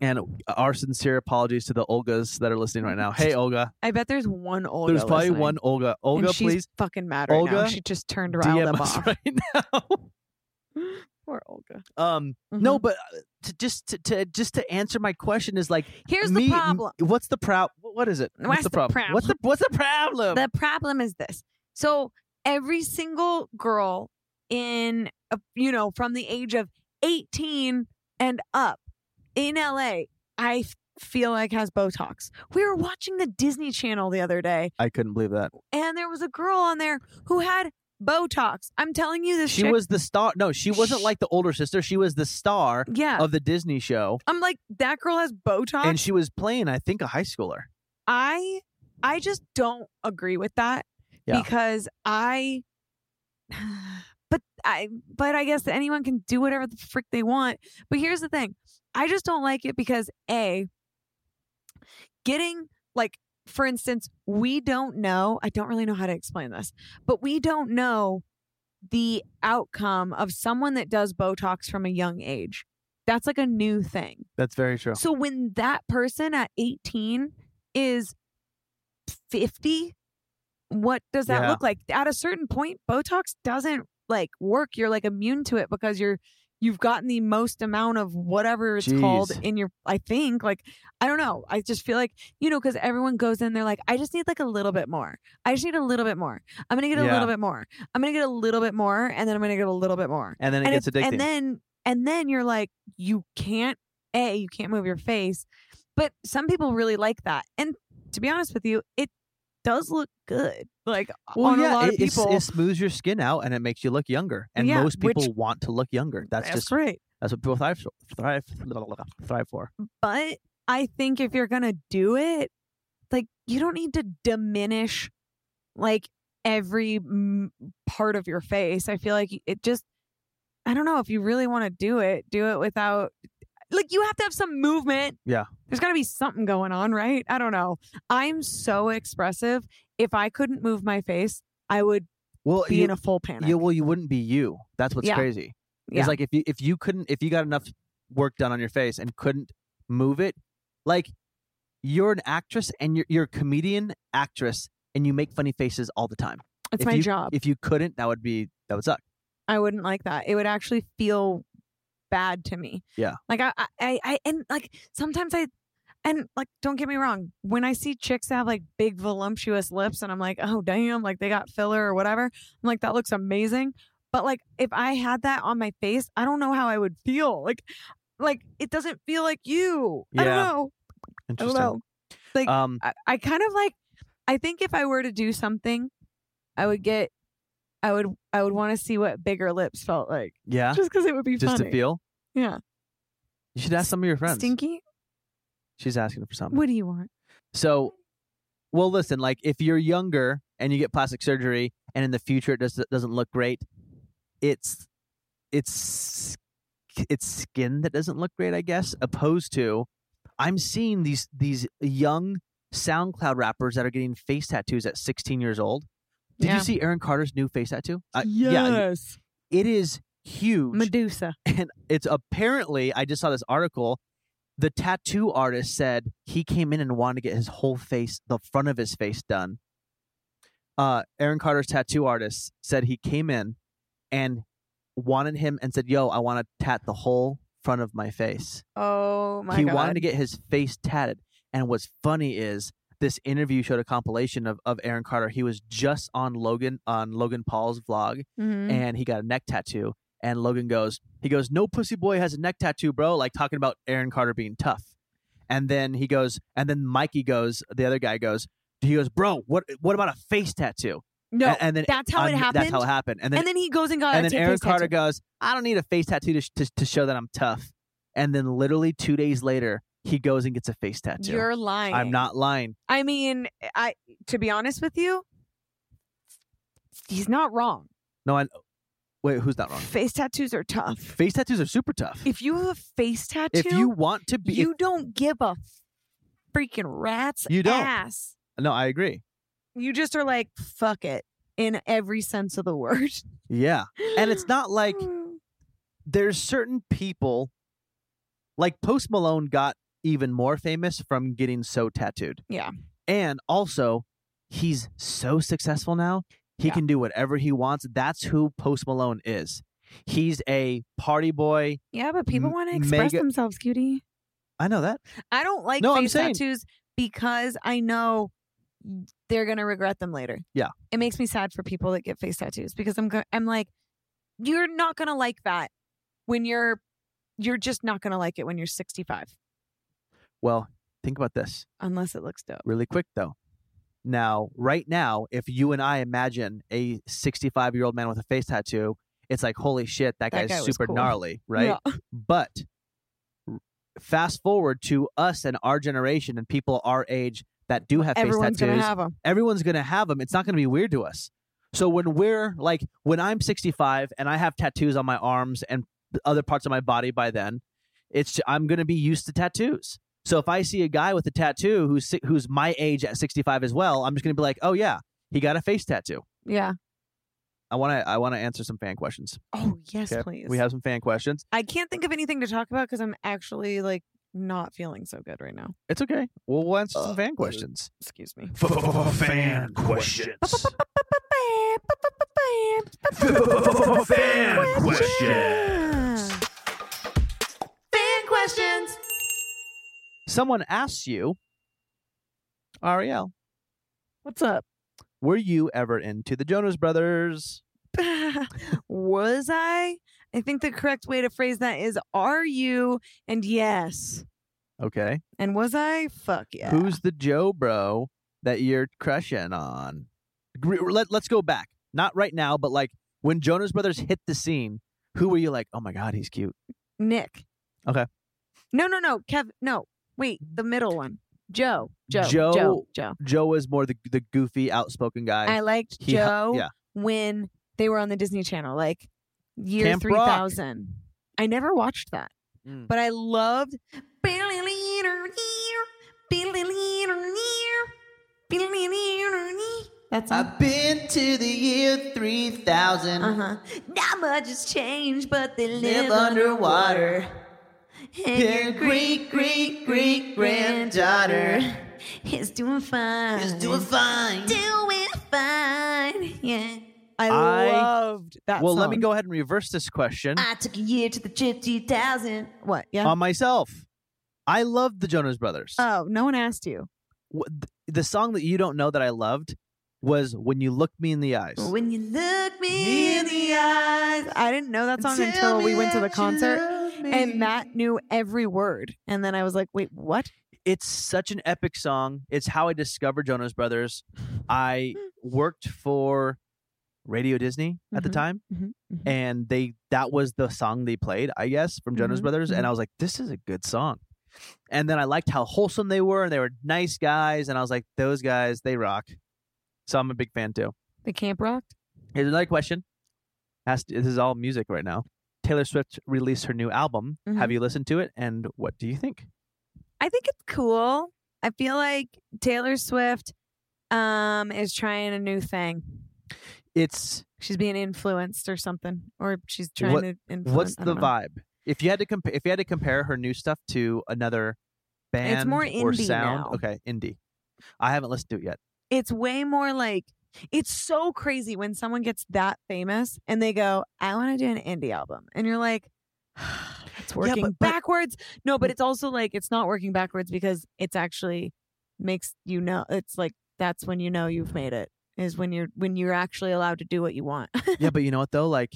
[SPEAKER 1] And our sincere apologies to the Olgas that are listening right now. Hey, Olga.
[SPEAKER 2] I bet there's one Olga.
[SPEAKER 1] There's probably
[SPEAKER 2] listening,
[SPEAKER 1] one Olga. Olga,
[SPEAKER 2] and she's
[SPEAKER 1] please
[SPEAKER 2] fucking mad right now.
[SPEAKER 1] Olga,
[SPEAKER 2] She just turned riled
[SPEAKER 1] DM
[SPEAKER 2] up
[SPEAKER 1] us
[SPEAKER 2] off.
[SPEAKER 1] right now.
[SPEAKER 2] Poor Olga.
[SPEAKER 1] Um, no,
[SPEAKER 2] Mhm.
[SPEAKER 1] but uh, to just to, to just to answer my question is like,
[SPEAKER 2] Here's
[SPEAKER 1] me,
[SPEAKER 2] the problem.
[SPEAKER 1] m- What's the problem? What is it?
[SPEAKER 2] What's the
[SPEAKER 1] What's the what's the problem?
[SPEAKER 2] The problem is this. So every single girl in uh, you know from the age of 18 and up in LA, I f- feel like has Botox. We were watching the Disney Channel the other day,
[SPEAKER 1] I couldn't believe that
[SPEAKER 2] and there was a girl on there who had Botox. I'm telling you, this
[SPEAKER 1] she
[SPEAKER 2] chick-
[SPEAKER 1] was the star. No, she wasn't
[SPEAKER 2] Sh-
[SPEAKER 1] like the older sister. She was the star
[SPEAKER 2] yeah.
[SPEAKER 1] of the Disney show,
[SPEAKER 2] I'm like that girl has Botox.
[SPEAKER 1] and she was playing, I think, a high schooler.
[SPEAKER 2] I I just don't agree with that
[SPEAKER 1] Yeah.
[SPEAKER 2] because I but I but I guess that anyone can do whatever the frick they want. But here's the thing. I just don't like it because A getting like for instance, we don't know, I don't really know how to explain this, but we don't know the outcome of someone that does Botox from a young age. That's like a new thing.
[SPEAKER 1] That's very true.
[SPEAKER 2] So when that person at 18 is 50, what does that
[SPEAKER 1] Yeah.
[SPEAKER 2] look like? At a certain point, Botox doesn't like work. You're like immune to it because you're you've gotten the most amount of whatever it's called
[SPEAKER 1] Jeez.
[SPEAKER 2] in your I think like I don't know. I just feel like, you know, cuz everyone goes in they're like I just need like a little bit more. I just need a little bit more. I'm going to get a
[SPEAKER 1] Yeah.
[SPEAKER 2] little bit more. I'm going to get a little bit more and then I'm going to get a little bit more
[SPEAKER 1] and then it gets
[SPEAKER 2] if-
[SPEAKER 1] addicting.
[SPEAKER 2] And then and then you're like, you can't a you can't move your face, but some people really like that. And to be honest with you, it does look good. Like on a lot
[SPEAKER 1] Uh, it,
[SPEAKER 2] of
[SPEAKER 1] it's-
[SPEAKER 2] people,
[SPEAKER 1] it smooths your skin out and it makes you look younger. And
[SPEAKER 2] Yeah,
[SPEAKER 1] most
[SPEAKER 2] which-
[SPEAKER 1] people want to look younger. That's, just
[SPEAKER 2] great.
[SPEAKER 1] that's what people thrive thrive thrive for.
[SPEAKER 2] But I think if you're gonna do it, like you don't need to diminish like every mm, part of your face. I feel like it just. I don't know if you really want to do it, do it without like you have to have some movement.
[SPEAKER 1] Yeah.
[SPEAKER 2] There's got to be something going on, right? I don't know. I'm so expressive. If I couldn't move my face, I would
[SPEAKER 1] Well,
[SPEAKER 2] be
[SPEAKER 1] you,
[SPEAKER 2] in a full panic.
[SPEAKER 1] you well you wouldn't be you. That's what's
[SPEAKER 2] Yeah.
[SPEAKER 1] crazy.
[SPEAKER 2] Yeah.
[SPEAKER 1] It's like if you if you couldn't if you got enough work done on your face and couldn't move it, like you're an actress and you're you're a comedian actress and you make funny faces all the time.
[SPEAKER 2] it's
[SPEAKER 1] if
[SPEAKER 2] my
[SPEAKER 1] you-
[SPEAKER 2] job.
[SPEAKER 1] If you couldn't, that would be that would suck.
[SPEAKER 2] I wouldn't like that. It would actually feel bad to me.
[SPEAKER 1] Yeah.
[SPEAKER 2] Like I, I, I, I and like sometimes I, and like don't get me wrong, when I see chicks that have like big voluptuous lips, and I'm like, oh damn, like they got filler or whatever. I'm like that looks amazing, but like if I had that on my face, I don't know how I would feel. Like, like it doesn't feel like you. I don't
[SPEAKER 1] Yeah.
[SPEAKER 2] know. I don't
[SPEAKER 1] Interesting.
[SPEAKER 2] know. Like
[SPEAKER 1] Um
[SPEAKER 2] I, I kind of like I think if I were to do something, I would get I would I would want to see what bigger lips felt like.
[SPEAKER 1] yeah.
[SPEAKER 2] Just because it would be
[SPEAKER 1] Just
[SPEAKER 2] funny.
[SPEAKER 1] to feel.
[SPEAKER 2] yeah.
[SPEAKER 1] You should ask some of your friends. Um,
[SPEAKER 2] Stinky?
[SPEAKER 1] She's asking for something.
[SPEAKER 2] What do you want?
[SPEAKER 1] So, well, listen, like if you're younger and you get plastic surgery and in the future it does, doesn't look great, it's it's it's skin that doesn't look great, I guess, opposed to I'm seeing these these young SoundCloud rappers that are getting face tattoos at 16 years old. Did
[SPEAKER 2] Yeah.
[SPEAKER 1] you see Aaron Carter's new face tattoo? Uh, Yeah, it is huge
[SPEAKER 2] Medusa.
[SPEAKER 1] and it's apparently I just saw this article. The tattoo artist said he came in and wanted to get his whole face, the front of his face done. Uh, Aaron Carter's tattoo artist said he came in and wanted him and said, "Yo, I want to tat the whole front of my face."
[SPEAKER 2] Oh my
[SPEAKER 1] he
[SPEAKER 2] god.
[SPEAKER 1] wanted to get his face tatted. And what's funny is this interview showed a compilation of, of Aaron Carter. He was just on Logan on Logan Paul's vlog,
[SPEAKER 2] Mhm.
[SPEAKER 1] and he got a neck tattoo. And Logan goes, he goes, no pussy boy has a neck tattoo, bro. Like talking about Aaron Carter being tough. And then he goes, and then Mikey goes, the other guy goes, he goes, bro, what what about a face tattoo?
[SPEAKER 2] no.
[SPEAKER 1] and, and then
[SPEAKER 2] that's how it
[SPEAKER 1] I'm-
[SPEAKER 2] happened.
[SPEAKER 1] That's how it happened. And then
[SPEAKER 2] and then he goes and got
[SPEAKER 1] and then
[SPEAKER 2] a tattoo
[SPEAKER 1] Aaron
[SPEAKER 2] face
[SPEAKER 1] Carter
[SPEAKER 2] tattoo.
[SPEAKER 1] goes, I don't need a face tattoo to, sh- to to show that I'm tough. And then literally two days later, he goes and gets a face tattoo.
[SPEAKER 2] You're lying.
[SPEAKER 1] I'm not lying.
[SPEAKER 2] I mean, I to be honest with you, he's not wrong.
[SPEAKER 1] No, I wait, who's not wrong?
[SPEAKER 2] Face tattoos are tough.
[SPEAKER 1] Face tattoos are super tough.
[SPEAKER 2] If you have a face tattoo,
[SPEAKER 1] If you want to be, if-
[SPEAKER 2] you don't give a freaking rat's
[SPEAKER 1] You don't.
[SPEAKER 2] ass.
[SPEAKER 1] no, I agree.
[SPEAKER 2] You just are like, fuck it in every sense of the word.
[SPEAKER 1] Yeah, and it's not
[SPEAKER 2] Mm.
[SPEAKER 1] like there's certain people like Post Malone got even more famous from getting so tattooed.
[SPEAKER 2] Yeah.
[SPEAKER 1] And also, he's so successful now. He
[SPEAKER 2] Yeah.
[SPEAKER 1] can do whatever he wants. That's who Post Malone is. He's a party boy.
[SPEAKER 2] Yeah, but people
[SPEAKER 1] M-
[SPEAKER 2] want to express
[SPEAKER 1] mega-
[SPEAKER 2] themselves, cutie.
[SPEAKER 1] I know that.
[SPEAKER 2] I don't like
[SPEAKER 1] No, I'm
[SPEAKER 2] face
[SPEAKER 1] saying-
[SPEAKER 2] tattoos because I know they're gonna regret them later.
[SPEAKER 1] Yeah.
[SPEAKER 2] it makes me sad for people that get face tattoos because I'm go- I'm like, you're not gonna like that when you're you're just not gonna like it when you're 65
[SPEAKER 1] Well, think about this
[SPEAKER 2] unless it looks dope.
[SPEAKER 1] really quick, though. Now, right now, if you and I imagine a 65 year old man with a face tattoo, it's like, holy shit, that,
[SPEAKER 2] That
[SPEAKER 1] guy's
[SPEAKER 2] guy was
[SPEAKER 1] super
[SPEAKER 2] cool.
[SPEAKER 1] gnarly, right?
[SPEAKER 2] Yeah.
[SPEAKER 1] But r- fast forward to us and our generation and people our age that do have
[SPEAKER 2] everyone's
[SPEAKER 1] face tattoos,
[SPEAKER 2] gonna have them.
[SPEAKER 1] everyone's going to have them. It's not going to be weird to us. So when we're like, when I'm 65 and I have tattoos on my arms and the other parts of my body by then, it's I'm going to be used to tattoos. So if I see a guy with a tattoo who's si- who's my age at 65 as well, I'm just going to be like, oh yeah, he got a face tattoo.
[SPEAKER 2] Yeah.
[SPEAKER 1] I want to I want to answer some fan questions.
[SPEAKER 2] Oh yes,
[SPEAKER 1] Okay?
[SPEAKER 2] please.
[SPEAKER 1] We have some fan questions.
[SPEAKER 2] I can't think of anything to talk about because I'm actually like not feeling so good right now.
[SPEAKER 1] It's okay. We'll, we'll answer some
[SPEAKER 2] Uh,
[SPEAKER 1] fan questions.
[SPEAKER 2] Excuse me.
[SPEAKER 5] Fan questions. Fan questions.
[SPEAKER 2] Fan questions.
[SPEAKER 1] Someone asks you, Ariel,
[SPEAKER 2] What's up?
[SPEAKER 1] were you ever into the Jonas Brothers?
[SPEAKER 2] Was I? I think the correct way to phrase that is are you and yes.
[SPEAKER 1] Okay.
[SPEAKER 2] And was I? Fuck yeah.
[SPEAKER 1] Who's the Joe bro that you're crushing on? Gre- Let, let's go back. Not right now, but like when Jonas Brothers hit the scene, who were you like, oh my God, he's cute?
[SPEAKER 2] Nick?
[SPEAKER 1] Okay.
[SPEAKER 2] No, no, no. Kev no. Wait, the middle one. Joe. Joe.
[SPEAKER 1] Joe-
[SPEAKER 2] Joe. Joe.
[SPEAKER 1] Joe is more the, the goofy, outspoken guy.
[SPEAKER 2] I liked
[SPEAKER 1] He hu-
[SPEAKER 2] Joe
[SPEAKER 1] yeah.
[SPEAKER 2] when they were on the Disney Channel, like year
[SPEAKER 1] Camp Rock.
[SPEAKER 2] 3000. I never watched that,
[SPEAKER 1] Mm.
[SPEAKER 2] but I loved. That's
[SPEAKER 6] I've been to the year 3000.
[SPEAKER 2] Uh huh. Not much has changed, but they
[SPEAKER 6] Live underwater. Your great, great, great granddaughter
[SPEAKER 2] is doing fine.
[SPEAKER 6] is doing fine.
[SPEAKER 2] doing fine. Yeah. I,
[SPEAKER 1] I-
[SPEAKER 2] loved that.
[SPEAKER 1] Well, let me
[SPEAKER 2] song.
[SPEAKER 1] go ahead and reverse this question
[SPEAKER 2] I took a year to the trip 2000. What? Yeah.
[SPEAKER 1] on myself. I loved the Jonas Brothers.
[SPEAKER 2] oh, no one asked you.
[SPEAKER 1] Wh- th- the song that you don't know that I loved was When You Looked Me in the Eyes.
[SPEAKER 2] When you look me in the eyes. I didn't know that song
[SPEAKER 6] Tell
[SPEAKER 2] until
[SPEAKER 6] me
[SPEAKER 2] we went to the
[SPEAKER 6] that you
[SPEAKER 2] concert.
[SPEAKER 6] love me.
[SPEAKER 2] And Matt knew every word. And then I was like, wait, what?
[SPEAKER 1] it's such an epic song. It's how I discovered Jonas Brothers. I worked for Radio Disney at the
[SPEAKER 2] Mhm,
[SPEAKER 1] time,
[SPEAKER 2] mhm, mhm.
[SPEAKER 1] and they that was the song they played, I guess, from Jonas
[SPEAKER 2] Mhm,
[SPEAKER 1] Brothers. And I was like, this is a good song. And then I liked how wholesome they were, and they were nice guys. And I was like, those guys, they rock. So I'm a big fan too.
[SPEAKER 2] The camp rocked?
[SPEAKER 1] Here's another question. Asked, this is all music right now. Taylor Swift released her new album. Have
[SPEAKER 2] Mhm.
[SPEAKER 1] you listened to it? And what do you think?
[SPEAKER 2] I think it's cool. I feel like Taylor Swift um is trying a new thing.
[SPEAKER 1] It's
[SPEAKER 2] She's being influenced or something, or she's trying
[SPEAKER 1] What-
[SPEAKER 2] to influence.
[SPEAKER 1] What's
[SPEAKER 2] I
[SPEAKER 1] the
[SPEAKER 2] don't know.
[SPEAKER 1] vibe? If you had to compare, if you had to compare her new stuff to another band
[SPEAKER 2] more
[SPEAKER 1] or
[SPEAKER 2] indie
[SPEAKER 1] sound,
[SPEAKER 2] now.
[SPEAKER 1] okay, indie. I haven't listened to it yet.
[SPEAKER 2] It's way more like it's so crazy when someone gets that famous and they go, "I want to do an indie album," and you're like, "It's working
[SPEAKER 1] but- but-
[SPEAKER 2] backwards." No, but it's also like it's not working backwards because it's actually makes you know. It's like that's when you know you've made it is when you're when you're actually allowed to do what you want.
[SPEAKER 1] yeah, but you know what though? Like,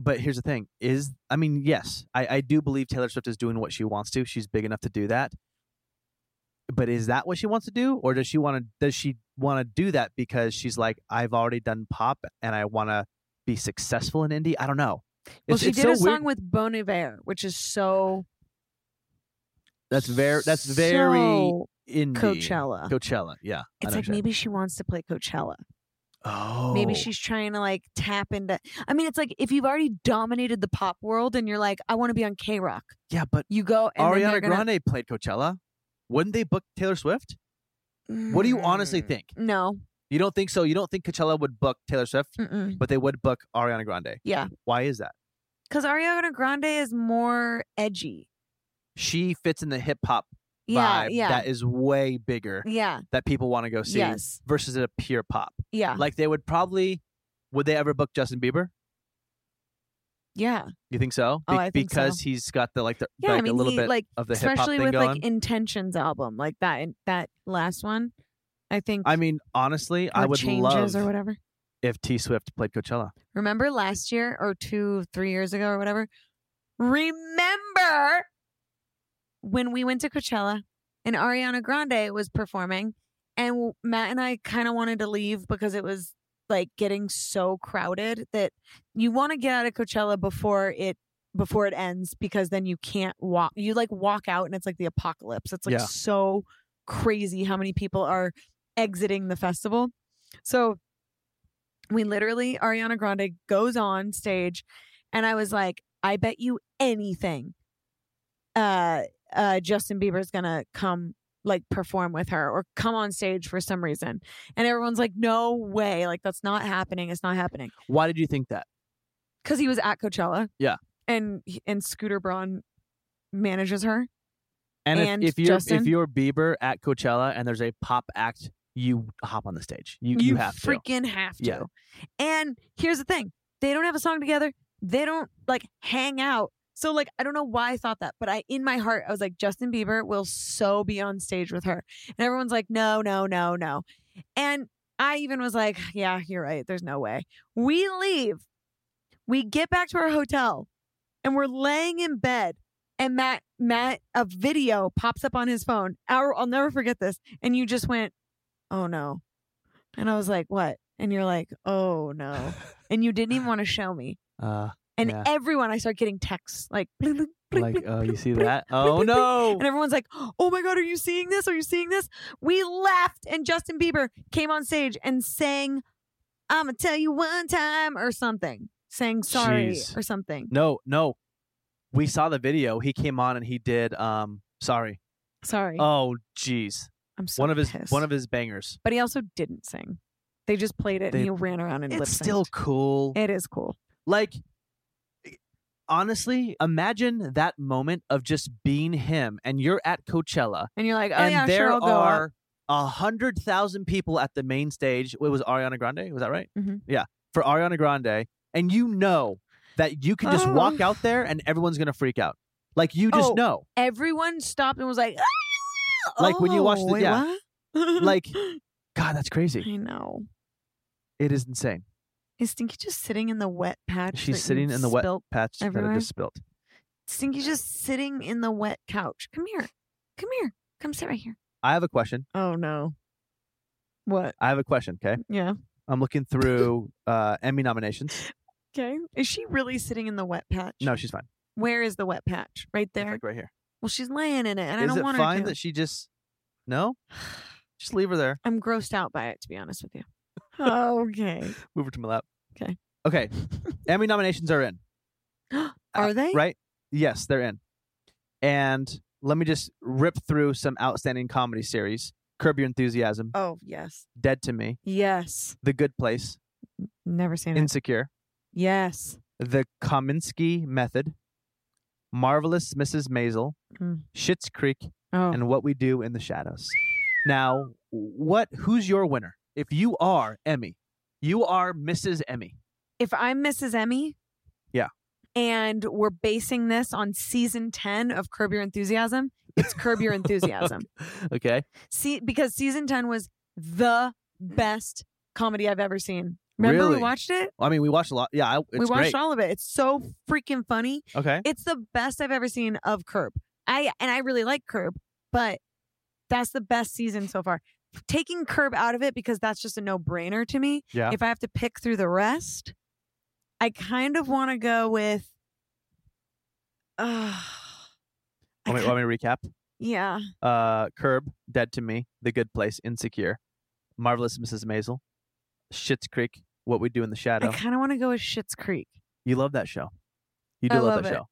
[SPEAKER 1] but here's the thing: is I mean, yes, I I do believe Taylor Swift is doing what she wants to. She's big enough to do that. But is that what she wants to do, or does she want to? Does she want to do that because she's like, I've already done pop and I want to be successful in indie? I don't know.
[SPEAKER 2] Well,
[SPEAKER 1] It's-
[SPEAKER 2] she
[SPEAKER 1] it's
[SPEAKER 2] did
[SPEAKER 1] so
[SPEAKER 2] a song
[SPEAKER 1] weird.
[SPEAKER 2] with Bon Iver, which is so
[SPEAKER 1] That's very. That's very
[SPEAKER 2] so
[SPEAKER 1] indie.
[SPEAKER 2] Coachella.
[SPEAKER 1] Coachella. Yeah. I know
[SPEAKER 2] it's like
[SPEAKER 1] what you're saying.
[SPEAKER 2] maybe she wants to play Coachella.
[SPEAKER 1] Oh.
[SPEAKER 2] Maybe she's trying to like tap into. I mean, it's like if you've already dominated the pop world and you're like, I want to be on K Rock,
[SPEAKER 1] Yeah, but
[SPEAKER 2] you go. And then they're
[SPEAKER 1] Ariana
[SPEAKER 2] gonna-
[SPEAKER 1] Grande played Coachella. Wouldn't they book Taylor Swift? What do you honestly
[SPEAKER 2] Mm,
[SPEAKER 1] think?
[SPEAKER 2] No.
[SPEAKER 1] You don't think so? You don't think Coachella would book Taylor Swift,
[SPEAKER 2] Mm-mm.
[SPEAKER 1] but they would book Ariana Grande.
[SPEAKER 2] Yeah,
[SPEAKER 1] Why is that?
[SPEAKER 2] because Ariana Grande is more edgy.
[SPEAKER 1] She fits in the hip hop vibe
[SPEAKER 2] Yeah, yeah.
[SPEAKER 1] that is way bigger
[SPEAKER 2] yeah.
[SPEAKER 1] that people want to go see
[SPEAKER 2] Yes.
[SPEAKER 1] versus a pure pop.
[SPEAKER 2] Yeah.
[SPEAKER 1] Like they would probably would they ever book Justin Bieber?
[SPEAKER 2] yeah.
[SPEAKER 1] You think so?
[SPEAKER 2] Oh, I think so.
[SPEAKER 1] because he's got the like the
[SPEAKER 2] Yeah.
[SPEAKER 1] like
[SPEAKER 2] I mean,
[SPEAKER 1] a little
[SPEAKER 2] he,
[SPEAKER 1] bit
[SPEAKER 2] like
[SPEAKER 1] of the hip hop
[SPEAKER 2] especially
[SPEAKER 1] thing
[SPEAKER 2] with
[SPEAKER 1] going.
[SPEAKER 2] like Intentions album, like that that last one. I think
[SPEAKER 1] I mean, honestly, I
[SPEAKER 2] or
[SPEAKER 1] would love
[SPEAKER 2] changes or whatever.
[SPEAKER 1] if T Swift played Coachella.
[SPEAKER 2] Remember last year or two, three years ago or whatever? Remember when we went to Coachella and Ariana Grande was performing, and w- Matt and I kind of wanted to leave because it was like getting so crowded that you want to get out of Coachella before it before it ends because then you can't walk you like walk out and it's like the apocalypse it's like
[SPEAKER 1] Yeah.
[SPEAKER 2] so crazy how many people are exiting the festival so we literally Ariana Grande goes on stage and I was like, I bet you anything uh uh Justin Bieber's gonna come like perform with her or come on stage for some reason. And everyone's like, No way, like that's not happening, it's not happening.
[SPEAKER 1] Why did you think that?
[SPEAKER 2] Cause he was at Coachella.
[SPEAKER 1] Yeah.
[SPEAKER 2] And and Scooter Braun manages her.
[SPEAKER 1] And,
[SPEAKER 2] And
[SPEAKER 1] if, if you're
[SPEAKER 2] Justin?
[SPEAKER 1] if you're Bieber at Coachella and there's a pop act, you hop on the stage. You you, have to.
[SPEAKER 2] freaking have to.
[SPEAKER 1] Yeah.
[SPEAKER 2] And here's the thing: they don't have a song together. They don't like hang out. So like I don't know why I thought that, but I in my heart I was like Justin Bieber will so be on stage with her, and everyone's like no no no no, and I even was like yeah you're right there's no way. We leave, we get back to our hotel, and we're laying in bed, and Matt Matt a video pops up on his phone. Our, I'll never forget this, and you just went oh no, and I was like what, and you're like oh no, and you didn't even want to show me.
[SPEAKER 1] Uh,
[SPEAKER 2] And
[SPEAKER 1] Yeah.
[SPEAKER 2] everyone, I start getting texts like, bling, bling, bling,
[SPEAKER 1] like,
[SPEAKER 2] bling,
[SPEAKER 1] oh, you
[SPEAKER 2] bling,
[SPEAKER 1] see
[SPEAKER 2] bling.
[SPEAKER 1] that? Oh
[SPEAKER 2] blink, blink.
[SPEAKER 1] no!
[SPEAKER 2] And everyone's like, oh my God, are you seeing this? Are you seeing this? We left, and Justin Bieber came on stage and sang, I'm going to tell you one time or something, sang sorry
[SPEAKER 1] Jeez.
[SPEAKER 2] or something.
[SPEAKER 1] No, no. We saw the video. He came on and he did. Um, sorry.
[SPEAKER 2] Sorry.
[SPEAKER 1] Oh, jeez.
[SPEAKER 2] I'm so
[SPEAKER 1] One of his
[SPEAKER 2] pissed.
[SPEAKER 1] one of his bangers.
[SPEAKER 2] But he also didn't sing. They just played it
[SPEAKER 1] They-
[SPEAKER 2] and he ran around and lip
[SPEAKER 1] It's still cool.
[SPEAKER 2] It is cool.
[SPEAKER 1] Like, honestly, imagine that moment of just being him, and you're at Coachella,
[SPEAKER 2] And you're like, oh
[SPEAKER 1] and
[SPEAKER 2] yeah,
[SPEAKER 1] there
[SPEAKER 2] sure, I'll go. up.
[SPEAKER 1] are a hundred thousand people at the main stage. It was Ariana Grande. Was that right?
[SPEAKER 2] Mhm.
[SPEAKER 1] Yeah, for Ariana Grande, and you know that you can just walk
[SPEAKER 2] Oh.
[SPEAKER 1] out there and everyone's gonna freak out. Like you just
[SPEAKER 2] Oh.
[SPEAKER 1] know.
[SPEAKER 2] Everyone stopped and was like, "Ah!"
[SPEAKER 1] Like, when you watch the-
[SPEAKER 2] Oh, wait,
[SPEAKER 1] yeah.
[SPEAKER 2] what?
[SPEAKER 1] Like, God, that's crazy.
[SPEAKER 2] I know.
[SPEAKER 1] It is insane.
[SPEAKER 2] Is Stinky just sitting in the wet patch?
[SPEAKER 1] She's
[SPEAKER 2] that you
[SPEAKER 1] sitting in the wet
[SPEAKER 2] spilt?
[SPEAKER 1] patch that
[SPEAKER 2] everywhere.
[SPEAKER 1] I just spilt.
[SPEAKER 2] Stinky just sitting in the wet couch. Come here. Come here. Come sit right here.
[SPEAKER 1] I have a question.
[SPEAKER 2] Oh no. What?
[SPEAKER 1] I have a question. Okay,
[SPEAKER 2] Yeah.
[SPEAKER 1] I'm looking through uh, Emmy nominations.
[SPEAKER 2] Okay. Is she really sitting in the wet patch?
[SPEAKER 1] No, she's fine.
[SPEAKER 2] Where is the wet patch? Right
[SPEAKER 1] It's
[SPEAKER 2] there.
[SPEAKER 1] like right here.
[SPEAKER 2] well, she's laying in it, and I
[SPEAKER 1] is
[SPEAKER 2] don't
[SPEAKER 1] it
[SPEAKER 2] want
[SPEAKER 1] fine
[SPEAKER 2] her to.
[SPEAKER 1] that she just no? Just leave her there.
[SPEAKER 2] I'm grossed out by it, to be honest with you. okay.
[SPEAKER 1] Move her to my lap.
[SPEAKER 2] Okay.
[SPEAKER 1] Okay. Emmy nominations are in.
[SPEAKER 2] Are
[SPEAKER 1] Uh,
[SPEAKER 2] they?
[SPEAKER 1] Right? Yes, they're in. And let me just rip through some outstanding comedy series Curb Your Enthusiasm,
[SPEAKER 2] Oh yes.
[SPEAKER 1] Dead to Me,
[SPEAKER 2] Yes.
[SPEAKER 1] The Good Place,
[SPEAKER 2] Never seen it.
[SPEAKER 1] Insecure,
[SPEAKER 2] yes.
[SPEAKER 1] The Kaminsky Method, Marvelous Mrs. Maisel,
[SPEAKER 2] Mm.
[SPEAKER 1] Schitt's Creek,
[SPEAKER 2] Oh.
[SPEAKER 1] and What We Do in the Shadows. Now, what? Who's your winner? If you are Emmy, you are Mrs. Emmy.
[SPEAKER 2] if I'm Mrs. Emmy,
[SPEAKER 1] Yeah.
[SPEAKER 2] and we're basing this on season ten of Curb Your Enthusiasm, it's Curb Your Enthusiasm.
[SPEAKER 1] Okay.
[SPEAKER 2] See, because season ten was the best comedy I've ever seen. Remember
[SPEAKER 1] Really?
[SPEAKER 2] we watched it?
[SPEAKER 1] I mean, we watched a lot. Yeah, I, it's
[SPEAKER 2] we watched
[SPEAKER 1] great.
[SPEAKER 2] all of it. It's so freaking funny.
[SPEAKER 1] okay.
[SPEAKER 2] It's the best I've ever seen of Curb. I and I really like Curb, but that's the best season so far. Taking Curb out of it because that's just a no brainer to me.
[SPEAKER 1] Yeah.
[SPEAKER 2] If I have to pick through the rest, I kind of want to go with. Uh,
[SPEAKER 1] Let me, let me recap.
[SPEAKER 2] yeah.
[SPEAKER 1] Uh, Curb, Dead to Me, The Good Place, Insecure, Marvelous Mrs. Maisel, Schitt's Creek, What We Do in the
[SPEAKER 2] I
[SPEAKER 1] Shadow.
[SPEAKER 2] kind of want to go with Schitt's Creek.
[SPEAKER 1] You love that show. You do
[SPEAKER 2] I
[SPEAKER 1] love,
[SPEAKER 2] love
[SPEAKER 1] that
[SPEAKER 2] it.
[SPEAKER 1] show.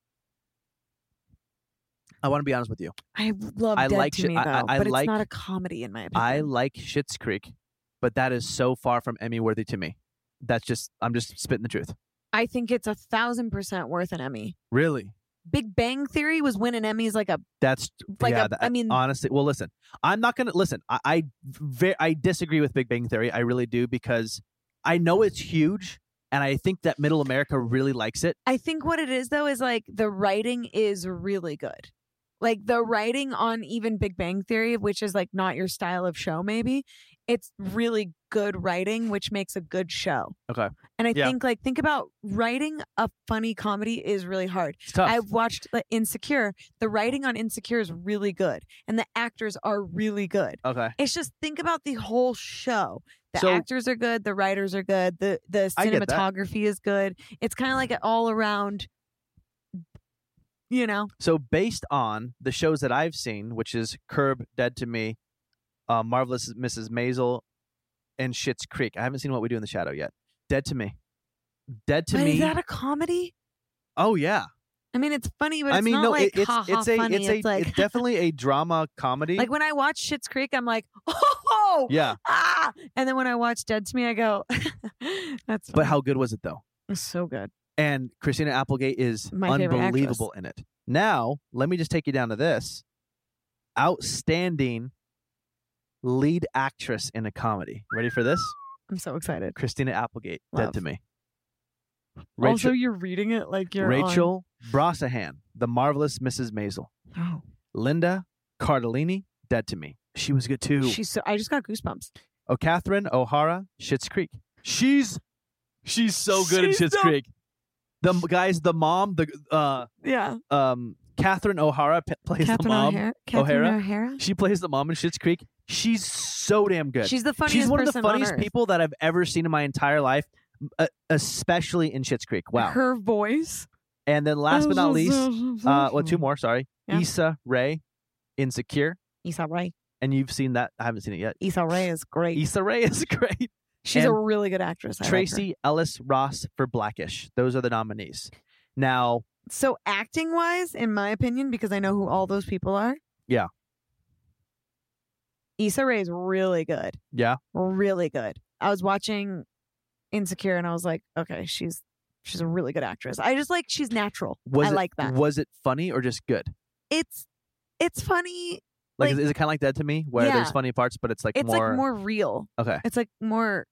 [SPEAKER 1] I want to be honest with you.
[SPEAKER 2] I love
[SPEAKER 1] I
[SPEAKER 2] Dead
[SPEAKER 1] like
[SPEAKER 2] to
[SPEAKER 1] Schi-
[SPEAKER 2] Me,
[SPEAKER 1] I-
[SPEAKER 2] though,
[SPEAKER 1] I- I
[SPEAKER 2] but
[SPEAKER 1] like-
[SPEAKER 2] it's not a comedy in my opinion.
[SPEAKER 1] I like Schitt's Creek, but that is so far from Emmy worthy to me. That's just I'm just spitting the truth.
[SPEAKER 2] I think it's a thousand percent worth an Emmy.
[SPEAKER 1] Really?
[SPEAKER 2] Big Bang Theory was winning Emmys like a
[SPEAKER 1] That's
[SPEAKER 2] like
[SPEAKER 1] yeah.
[SPEAKER 2] a,
[SPEAKER 1] that-
[SPEAKER 2] I mean
[SPEAKER 1] honestly, well, listen, I'm not gonna listen. I I, ve- I disagree with Big Bang Theory. I really do because I know it's huge, and I think that Middle America really likes it.
[SPEAKER 2] I think what it is though is like the writing is really good. Like the writing on even Big Bang Theory, which is like not your style of show, maybe, it's really good writing, which makes a good show.
[SPEAKER 1] Okay.
[SPEAKER 2] And I
[SPEAKER 1] Yeah.
[SPEAKER 2] think like think about writing a funny comedy is really hard.
[SPEAKER 1] It's tough.
[SPEAKER 2] I've watched like, Insecure. The writing on Insecure is really good, and the actors are really good.
[SPEAKER 1] okay,
[SPEAKER 2] It's just think about the whole show. The
[SPEAKER 1] So-
[SPEAKER 2] actors are good, the writers are good, the the
[SPEAKER 1] I get that.
[SPEAKER 2] cinematography is good. It's kind of like an all around, you know.
[SPEAKER 1] so based on the shows that I've seen, which is Curb, Dead to Me, uh, Marvelous Mrs. Maisel, and Schitt's Creek. I haven't seen What We Do in the Shadow yet. Dead to Me. Dead to
[SPEAKER 2] but
[SPEAKER 1] Me.
[SPEAKER 2] is that a comedy?
[SPEAKER 1] oh yeah.
[SPEAKER 2] I mean, it's funny, but it's
[SPEAKER 1] I mean,
[SPEAKER 2] not
[SPEAKER 1] no,
[SPEAKER 2] like
[SPEAKER 1] it, it's
[SPEAKER 2] ha ha
[SPEAKER 1] it's a
[SPEAKER 2] funny.
[SPEAKER 1] it's a
[SPEAKER 2] like
[SPEAKER 1] it's definitely a drama comedy.
[SPEAKER 2] like when I watch Schitt's Creek, I'm like, oh,
[SPEAKER 1] yeah.
[SPEAKER 2] ah! And then when I watch Dead to Me, I go, that's
[SPEAKER 1] But
[SPEAKER 2] funny.
[SPEAKER 1] how good was it though?
[SPEAKER 2] It's so good.
[SPEAKER 1] And Christina Applegate is
[SPEAKER 2] My favorite actress.
[SPEAKER 1] unbelievable in it. Now, let me just take you down to this outstanding lead actress in a comedy. Ready for this?
[SPEAKER 2] I'm so excited.
[SPEAKER 1] Christina Applegate,
[SPEAKER 2] Love.
[SPEAKER 1] Dead to Me.
[SPEAKER 2] Also,
[SPEAKER 1] Rachel,
[SPEAKER 2] you're reading it like you're on-
[SPEAKER 1] Rachel Brosnahan, The Marvelous Mrs. Maisel.
[SPEAKER 2] Oh.
[SPEAKER 1] Linda Cardellini, Dead to Me. She was good too.
[SPEAKER 2] She's so, I just got goosebumps.
[SPEAKER 1] Oh, Catherine O'Hara, Schitt's Creek. She's she's so good
[SPEAKER 2] She's
[SPEAKER 1] in Schitt's
[SPEAKER 2] so-
[SPEAKER 1] Creek. The m- guys, the mom, the uh,
[SPEAKER 2] Yeah.
[SPEAKER 1] um, Catherine O'Hara p- plays the
[SPEAKER 2] Catherine
[SPEAKER 1] mom.
[SPEAKER 2] O'Hara. Catherine
[SPEAKER 1] O'Hara?
[SPEAKER 2] O'Hara.
[SPEAKER 1] She plays the mom in Schitt's Creek. She's so damn good.
[SPEAKER 2] She's the funniest
[SPEAKER 1] She's one of the
[SPEAKER 2] person on
[SPEAKER 1] funniest
[SPEAKER 2] earth.
[SPEAKER 1] people that I've ever seen in my entire life, m- uh, especially in Schitt's Creek. Wow.
[SPEAKER 2] Her voice.
[SPEAKER 1] and then last but not least, uh, well, two more. Sorry,
[SPEAKER 2] Yeah.
[SPEAKER 1] Issa Rae, Insecure,
[SPEAKER 2] Issa Rae.
[SPEAKER 1] and you've seen that. I haven't seen it yet.
[SPEAKER 2] Issa Rae is great.
[SPEAKER 1] Issa Rae is great.
[SPEAKER 2] She's a
[SPEAKER 1] and
[SPEAKER 2] really good actress. I like her.
[SPEAKER 1] Tracy Ellis Ross for Blackish. Those are the nominees. Now,
[SPEAKER 2] So acting wise, in my opinion, because I know who all those people are.
[SPEAKER 1] Yeah.
[SPEAKER 2] Issa Rae is really good.
[SPEAKER 1] yeah,
[SPEAKER 2] really good. I was watching Insecure and I was like, okay, she's she's a really good actress. I just like she's natural.
[SPEAKER 1] was
[SPEAKER 2] I
[SPEAKER 1] it
[SPEAKER 2] like that.
[SPEAKER 1] was it funny or just good?
[SPEAKER 2] It's it's funny.
[SPEAKER 1] Like,
[SPEAKER 2] Like-
[SPEAKER 1] is, is it kind of like Dead to Me, where there's
[SPEAKER 2] Yeah.
[SPEAKER 1] funny parts, but it's like
[SPEAKER 2] It's
[SPEAKER 1] more,
[SPEAKER 2] like more real.
[SPEAKER 1] okay,
[SPEAKER 2] It's like more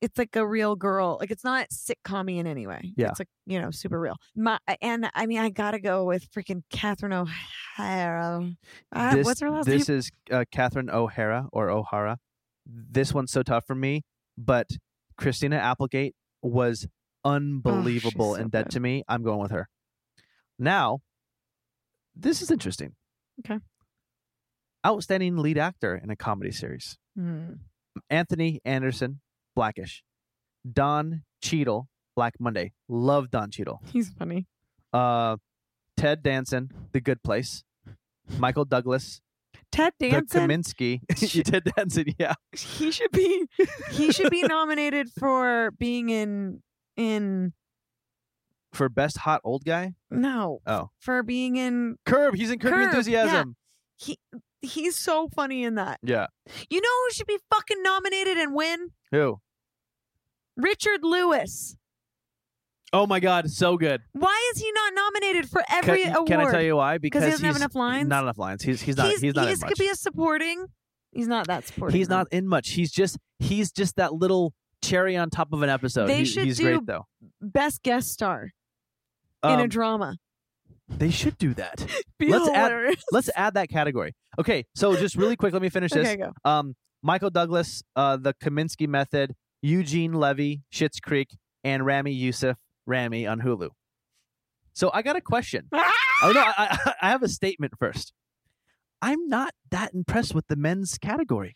[SPEAKER 2] it's like a real girl. Like it's not sitcom in any way.
[SPEAKER 1] Yeah.
[SPEAKER 2] It's like, you know, super real. My and I mean I gotta go with freaking Catherine O'Hara. Uh,
[SPEAKER 1] this,
[SPEAKER 2] what's her last
[SPEAKER 1] this
[SPEAKER 2] name?
[SPEAKER 1] is uh, Catherine O'Hara or O'Hara. This one's so tough for me, but Christina Applegate was unbelievable
[SPEAKER 2] Oh, so
[SPEAKER 1] and dead
[SPEAKER 2] good.
[SPEAKER 1] to me. I'm going with her. Now, this is interesting.
[SPEAKER 2] Okay.
[SPEAKER 1] Outstanding lead actor in a comedy series.
[SPEAKER 2] Hmm.
[SPEAKER 1] Anthony Anderson, Blackish. Don Cheadle, Black Monday. Love Don Cheadle.
[SPEAKER 2] He's funny.
[SPEAKER 1] Uh, Ted Danson, The Good Place. Michael Douglas,
[SPEAKER 2] Ted Danson.
[SPEAKER 1] The Kaminsky.
[SPEAKER 2] Shit.
[SPEAKER 1] Ted Danson, yeah.
[SPEAKER 2] he should be he should be nominated for being in in
[SPEAKER 1] For best hot old guy,
[SPEAKER 2] no
[SPEAKER 1] Oh.
[SPEAKER 2] for being in
[SPEAKER 1] Curb. He's in Curb, Your
[SPEAKER 2] Curb, yeah.
[SPEAKER 1] Enthusiasm.
[SPEAKER 2] he's so funny in that
[SPEAKER 1] Yeah.
[SPEAKER 2] you know who should be fucking nominated and win
[SPEAKER 1] Who?
[SPEAKER 2] richard lewis
[SPEAKER 1] Oh my God, so good.
[SPEAKER 2] why is he not nominated for
[SPEAKER 1] Can,
[SPEAKER 2] every award
[SPEAKER 1] can I tell you why? Because
[SPEAKER 2] he doesn't have
[SPEAKER 1] he's-
[SPEAKER 2] enough lines?
[SPEAKER 1] Not enough lines. He's he's not he's, not in
[SPEAKER 2] he's
[SPEAKER 1] much.
[SPEAKER 2] could be a supporting he's not that supporting
[SPEAKER 1] he's
[SPEAKER 2] though.
[SPEAKER 1] not in much. He's just he's just that little cherry on top of an episode.
[SPEAKER 2] They
[SPEAKER 1] He-
[SPEAKER 2] should
[SPEAKER 1] he's
[SPEAKER 2] do
[SPEAKER 1] great though.
[SPEAKER 2] best guest star in a
[SPEAKER 1] Um,
[SPEAKER 2] drama
[SPEAKER 1] they should do that.
[SPEAKER 2] Be
[SPEAKER 1] let's add-
[SPEAKER 2] hilarious.
[SPEAKER 1] Let's add that category. Okay, so just really quick, let me finish this.
[SPEAKER 2] okay go
[SPEAKER 1] Um, Michael Douglas, uh, The Kaminsky Method, Eugene Levy, Schitt's Creek, and Rami Youssef, Rami on Hulu. So I got a question. oh no, I, I, I have a statement first. I'm not that impressed with the men's category.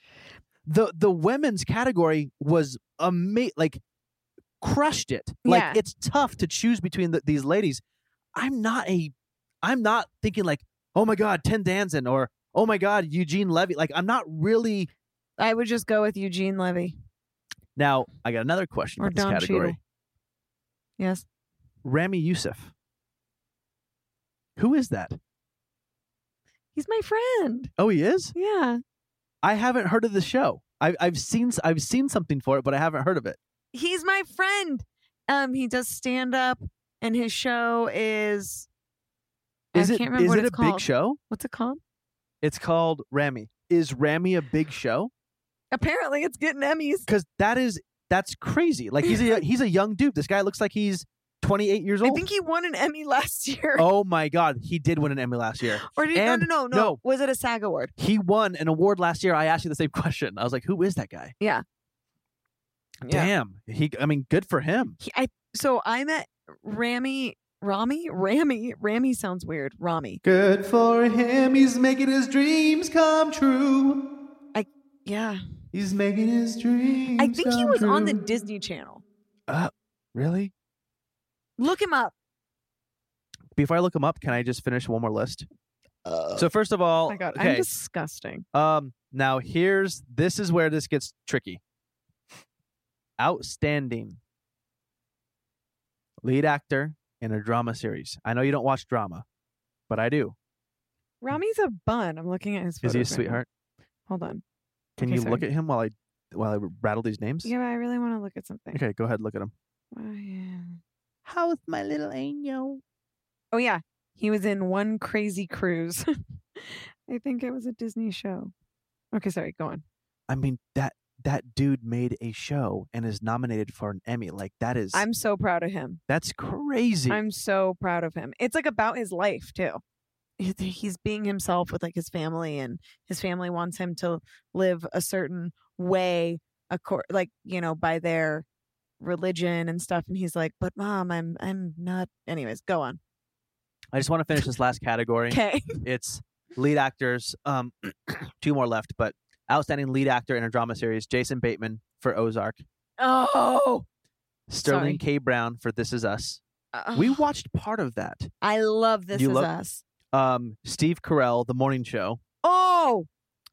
[SPEAKER 1] the The women's category was ama- like crushed it. Like
[SPEAKER 2] Yeah.
[SPEAKER 1] it's tough to choose between the, these ladies. I'm not a. I'm not thinking like, oh my god, Ten Danson or oh my god, Eugene Levy. Like I'm not really.
[SPEAKER 2] i would just go with eugene levy
[SPEAKER 1] Now I got another question
[SPEAKER 2] Or
[SPEAKER 1] about this
[SPEAKER 2] Don
[SPEAKER 1] category.
[SPEAKER 2] Cheadle. yes
[SPEAKER 1] Rami Youssef. Who is that?
[SPEAKER 2] he's my friend
[SPEAKER 1] Oh, he is.
[SPEAKER 2] yeah
[SPEAKER 1] I haven't heard of the show. I, I've seen s- I've seen something for it, but I haven't heard of it.
[SPEAKER 2] he's my friend. Um, he does stand up, and his show is
[SPEAKER 1] Is
[SPEAKER 2] I
[SPEAKER 1] it
[SPEAKER 2] can't remember
[SPEAKER 1] is
[SPEAKER 2] what
[SPEAKER 1] it
[SPEAKER 2] it's
[SPEAKER 1] a big
[SPEAKER 2] called.
[SPEAKER 1] show?
[SPEAKER 2] What's it called?
[SPEAKER 1] It's called Rami. Is Rami a big show?
[SPEAKER 2] Apparently, it's getting Emmys.
[SPEAKER 1] Because that is that's crazy. Like he's a he's a young dude. This guy looks like he's 28 years
[SPEAKER 2] I
[SPEAKER 1] old.
[SPEAKER 2] think he won an Emmy last year.
[SPEAKER 1] oh my god, he did win an Emmy last year.
[SPEAKER 2] or did he, no,
[SPEAKER 1] and-
[SPEAKER 2] no, no, no,
[SPEAKER 1] no.
[SPEAKER 2] Was it a SAG award?
[SPEAKER 1] He won an award last year. I asked you the same question. I was like, who is that guy?
[SPEAKER 2] Yeah.
[SPEAKER 1] Damn. He I mean, good for him.
[SPEAKER 2] He, I so I met Rami. Rami, Rami, Rami sounds weird. Rami.
[SPEAKER 6] Good for him, he's making his dreams come true.
[SPEAKER 2] Yeah,
[SPEAKER 6] He's making his dreams.
[SPEAKER 2] I think he
[SPEAKER 6] come
[SPEAKER 2] was on the
[SPEAKER 6] true.
[SPEAKER 2] Disney Channel.
[SPEAKER 1] Really?
[SPEAKER 2] Look him up.
[SPEAKER 1] Before I look him up, can I just finish one more list?
[SPEAKER 3] Uh,
[SPEAKER 6] Uh,
[SPEAKER 1] so first of all,
[SPEAKER 2] Oh my god, I'm
[SPEAKER 1] okay.
[SPEAKER 2] disgusting.
[SPEAKER 1] Um, now here's this is where this gets tricky. Outstanding lead actor in a drama series. I know you don't watch drama, but I do.
[SPEAKER 2] Rami's a bun. I'm looking at his.
[SPEAKER 1] Is he a
[SPEAKER 2] photos right now.
[SPEAKER 1] sweetheart?
[SPEAKER 2] Hold on.
[SPEAKER 1] Can
[SPEAKER 2] Okay,
[SPEAKER 1] you
[SPEAKER 2] sorry.
[SPEAKER 1] look at him while I while I rattle these names?
[SPEAKER 2] Yeah, but I really want to look at something.
[SPEAKER 1] Okay, go ahead, look at him.
[SPEAKER 2] Oh yeah.
[SPEAKER 1] How's my little angel?
[SPEAKER 2] Oh yeah. He was in one crazy cruise. I think it was a Disney show. Okay, sorry. Go on.
[SPEAKER 1] I mean that that dude made a show and is nominated for an Emmy. Like that is
[SPEAKER 2] I'm so proud of him.
[SPEAKER 1] that's crazy.
[SPEAKER 2] I'm so proud of him. It's like about his life too. He's- He's being himself with like his family, and his family wants him to live a certain way, accord like you know by their religion and stuff. And he's like, "But mom, I'm I'm not." Anyways, go on.
[SPEAKER 1] I just want to finish this last category.
[SPEAKER 2] Okay.
[SPEAKER 1] it's lead actors. Um, two more left, but outstanding lead actor in a drama series: Jason Bateman for Ozark,
[SPEAKER 2] Oh, Sorry.
[SPEAKER 1] Sterling K. Brown for This Is Us. We watched part of that.
[SPEAKER 2] Uh, I love this
[SPEAKER 1] You
[SPEAKER 2] is
[SPEAKER 1] love-
[SPEAKER 2] us.
[SPEAKER 1] Um, Steve Carell, The Morning Show.
[SPEAKER 2] Oh,